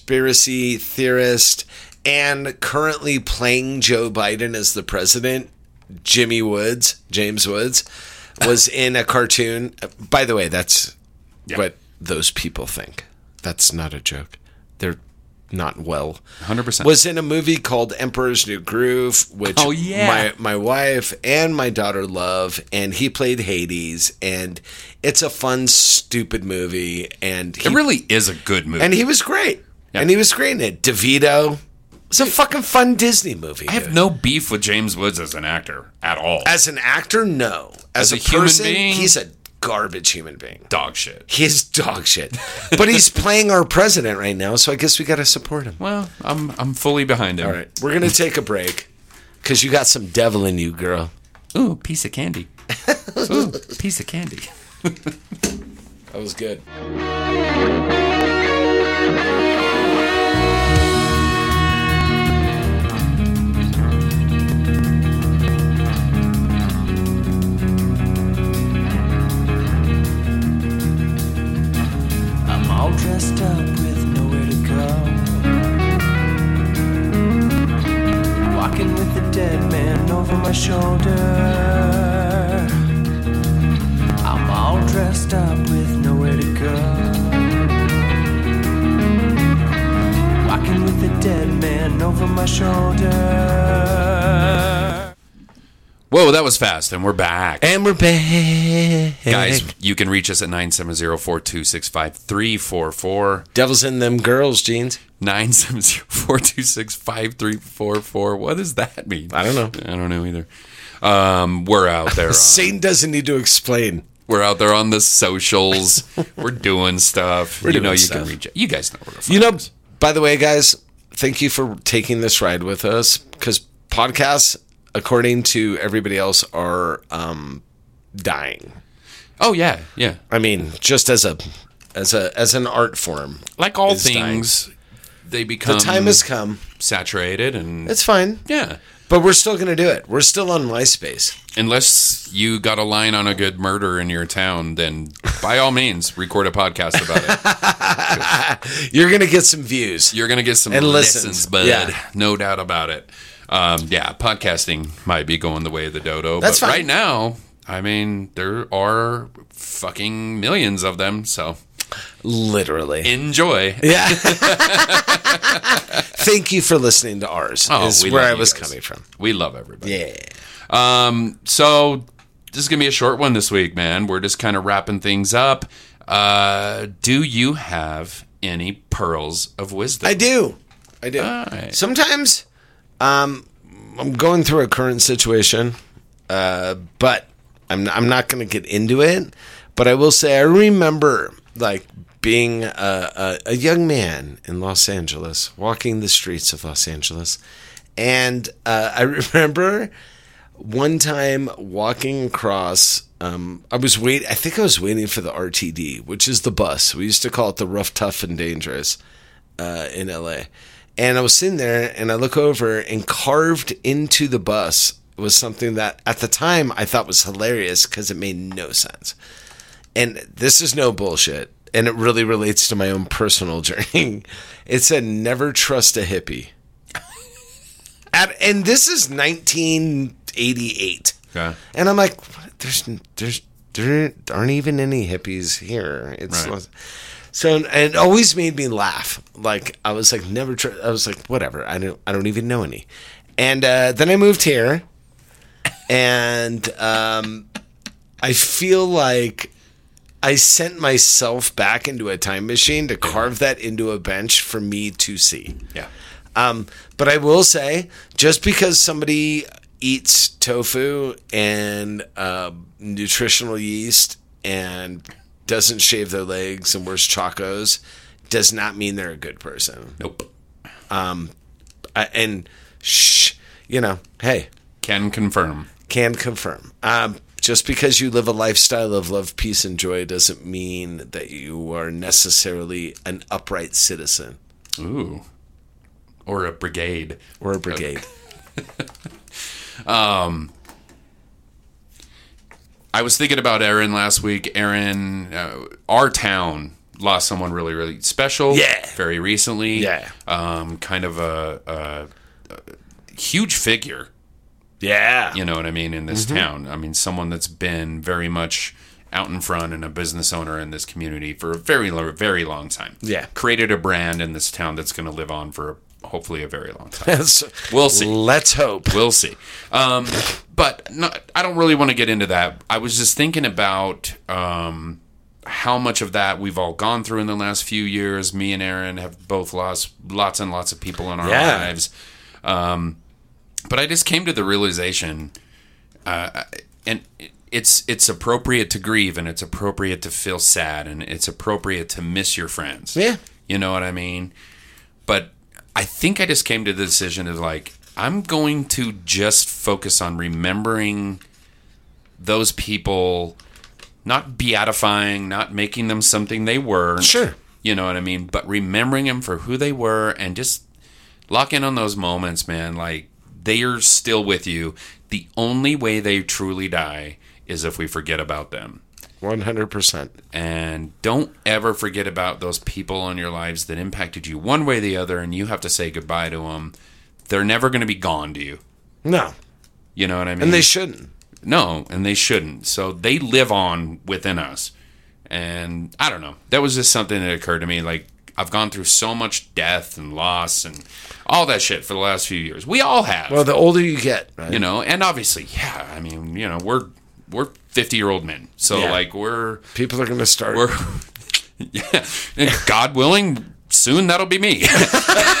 conspiracy theorist and currently playing Joe Biden as the president, Jimmy Woods, James Woods, was in a cartoon. By the way, that's
Yeah.
what those people think. That's not a joke. They're not well.
100%.
Was in a movie called Emperor's New Groove, which
Oh, yeah.
my my wife and my daughter love, and he played Hades, and it's a fun, stupid movie, and he,
it really is a good movie.
and he was great, and he was great in it. DeVito, it's a fucking fun Disney movie.
I have no beef with James Woods as an actor at all.
as an actor, no.
As
As, a,
a human
person,
being?
he's a garbage human being.
Dog shit.
He's dog shit, but he's playing our president right now, so I guess we got to support him.
Well, I'm I'm fully behind him.
All right, we're gonna take a break because you got some devil in you, girl.
Ooh, piece of candy. Ooh, piece of candy.
That was good.
I'm all dressed up with nowhere to go. Walking with the dead man over my shoulder. I'm all dressed up with nowhere to go. Walking with the dead man over my shoulder.
Whoa, that was fast, and we're back.
And we're back.
Guys, you can reach us at 970-426-5344.
Devil's in them girls' jeans.
970-426-5344. What does that mean?
I don't know.
I don't know either. Um, we're out there. On,
Satan doesn't need to explain.
we're out there on the socials. We're doing stuff. you
doing
know you
stuff.
can reach. You guys know where to find
You know,
us.
by the way, guys, thank you for taking this ride with us because podcasts, according to everybody else, are um, dying.
Oh yeah, yeah.
I mean, just as a as a as an art form.
Like all
It's dying.
things, they
The
become
time has come.
saturated and
It's fine.
yeah.
But we're still gonna do it. We're still on MySpace.
Unless you got a line on a good murder in your town, then by all means, record a podcast about it.
You're gonna get some views.
You're going to get some
And listens.
listens, bud.
Yeah.
No doubt about it. Um, yeah, podcasting might be going the way of the dodo.
That's
but
fine.
right now, I mean, there are fucking millions of them. So
Literally.
enjoy.
Yeah. Thank you for listening to ours.
Oh,
is
we
where
love
I
you
was
guys.
coming from.
We love everybody.
Yeah.
So this is gonna be a short one this week, man. We're just kind of wrapping things up. Uh, do you have any pearls of wisdom?
I do. I do.
Alright.
Sometimes um, I'm going through a current situation, uh, but I'm, I'm not going to get into it. But I will say, I remember like being a, a, a young man in Los Angeles, walking the streets of Los Angeles. And uh, I remember one time walking across um, i was wait i think i was waiting for the rtd which is the bus we used to call it the rough tough and dangerous uh, in la and i was sitting there and i look over and carved into the bus was something that at the time i thought was hilarious because it made no sense and this is no bullshit and it really relates to my own personal journey it said never trust a hippie at, and this is 1988
Okay.
and i'm like what? there's there's there aren't even any hippies here it's
Right.
not- so and it always made me laugh like i was like never tr- i was like whatever i don't i don't even know any and uh, then i moved here and um, i feel like I sent myself back into a time machine to carve that into a bench for me to see.
Yeah.
Um, but I will say, just because somebody eats tofu and uh, nutritional yeast and doesn't shave their legs and wears chacos, does not mean they're a good person. Um,
Nope.
I, and shh, you know, hey,
Can confirm.
can confirm. Um, just because you live a lifestyle of love, peace, and joy doesn't mean that you are necessarily an upright citizen
Ooh. Or a brigade.
or a brigade.
I was thinking about Aaron last week. Aaron, uh, our town lost someone really, really special.
Yeah.
Very recently.
Yeah.
Um, kind of a, a, a huge figure.
Yeah.
You know what I mean in this
Mm-hmm.
town. I mean, someone that's been very much out in front and a business owner in this community for a very, lo- very long time.
Yeah.
Created a brand in this town that's going to live on for hopefully a very long time.
That's-
We'll see.
Let's hope.
We'll see. Um, but no, I don't really want to get into that. I was just thinking about um, how much of that we've all gone through in the last few years. Me and Aaron have both lost lots and lots of people in our
Yeah.
lives. Um, but I just came to the realization, uh, and it's it's appropriate to grieve, and it's appropriate to feel sad, and it's appropriate to miss your friends.
Yeah.
you know what I mean but I think I just came to the decision of like I'm going to just focus on remembering those people, not beatifying, not making them something they were.
Sure.
you know what I mean. But remembering them for who they were and just lock in on those moments, man. Like they are still with you. The only way they truly die is if we forget about them
One hundred percent.
and don't ever forget about those people in your lives that impacted you one way or the other and you have to say goodbye to them they're never going to be gone to you
No,
you know what i mean
and they shouldn't.
no and they shouldn't so they live on within us and i don't know that was just something that occurred to me like i've gone through so much death and loss and all that shit for the last few years we all have
Well, the older you get, right?
you know and obviously yeah i mean you know we're we're 50 year old men so
Yeah.
like we're
people are going to start.
we're yeah. And God willing, soon that'll be me.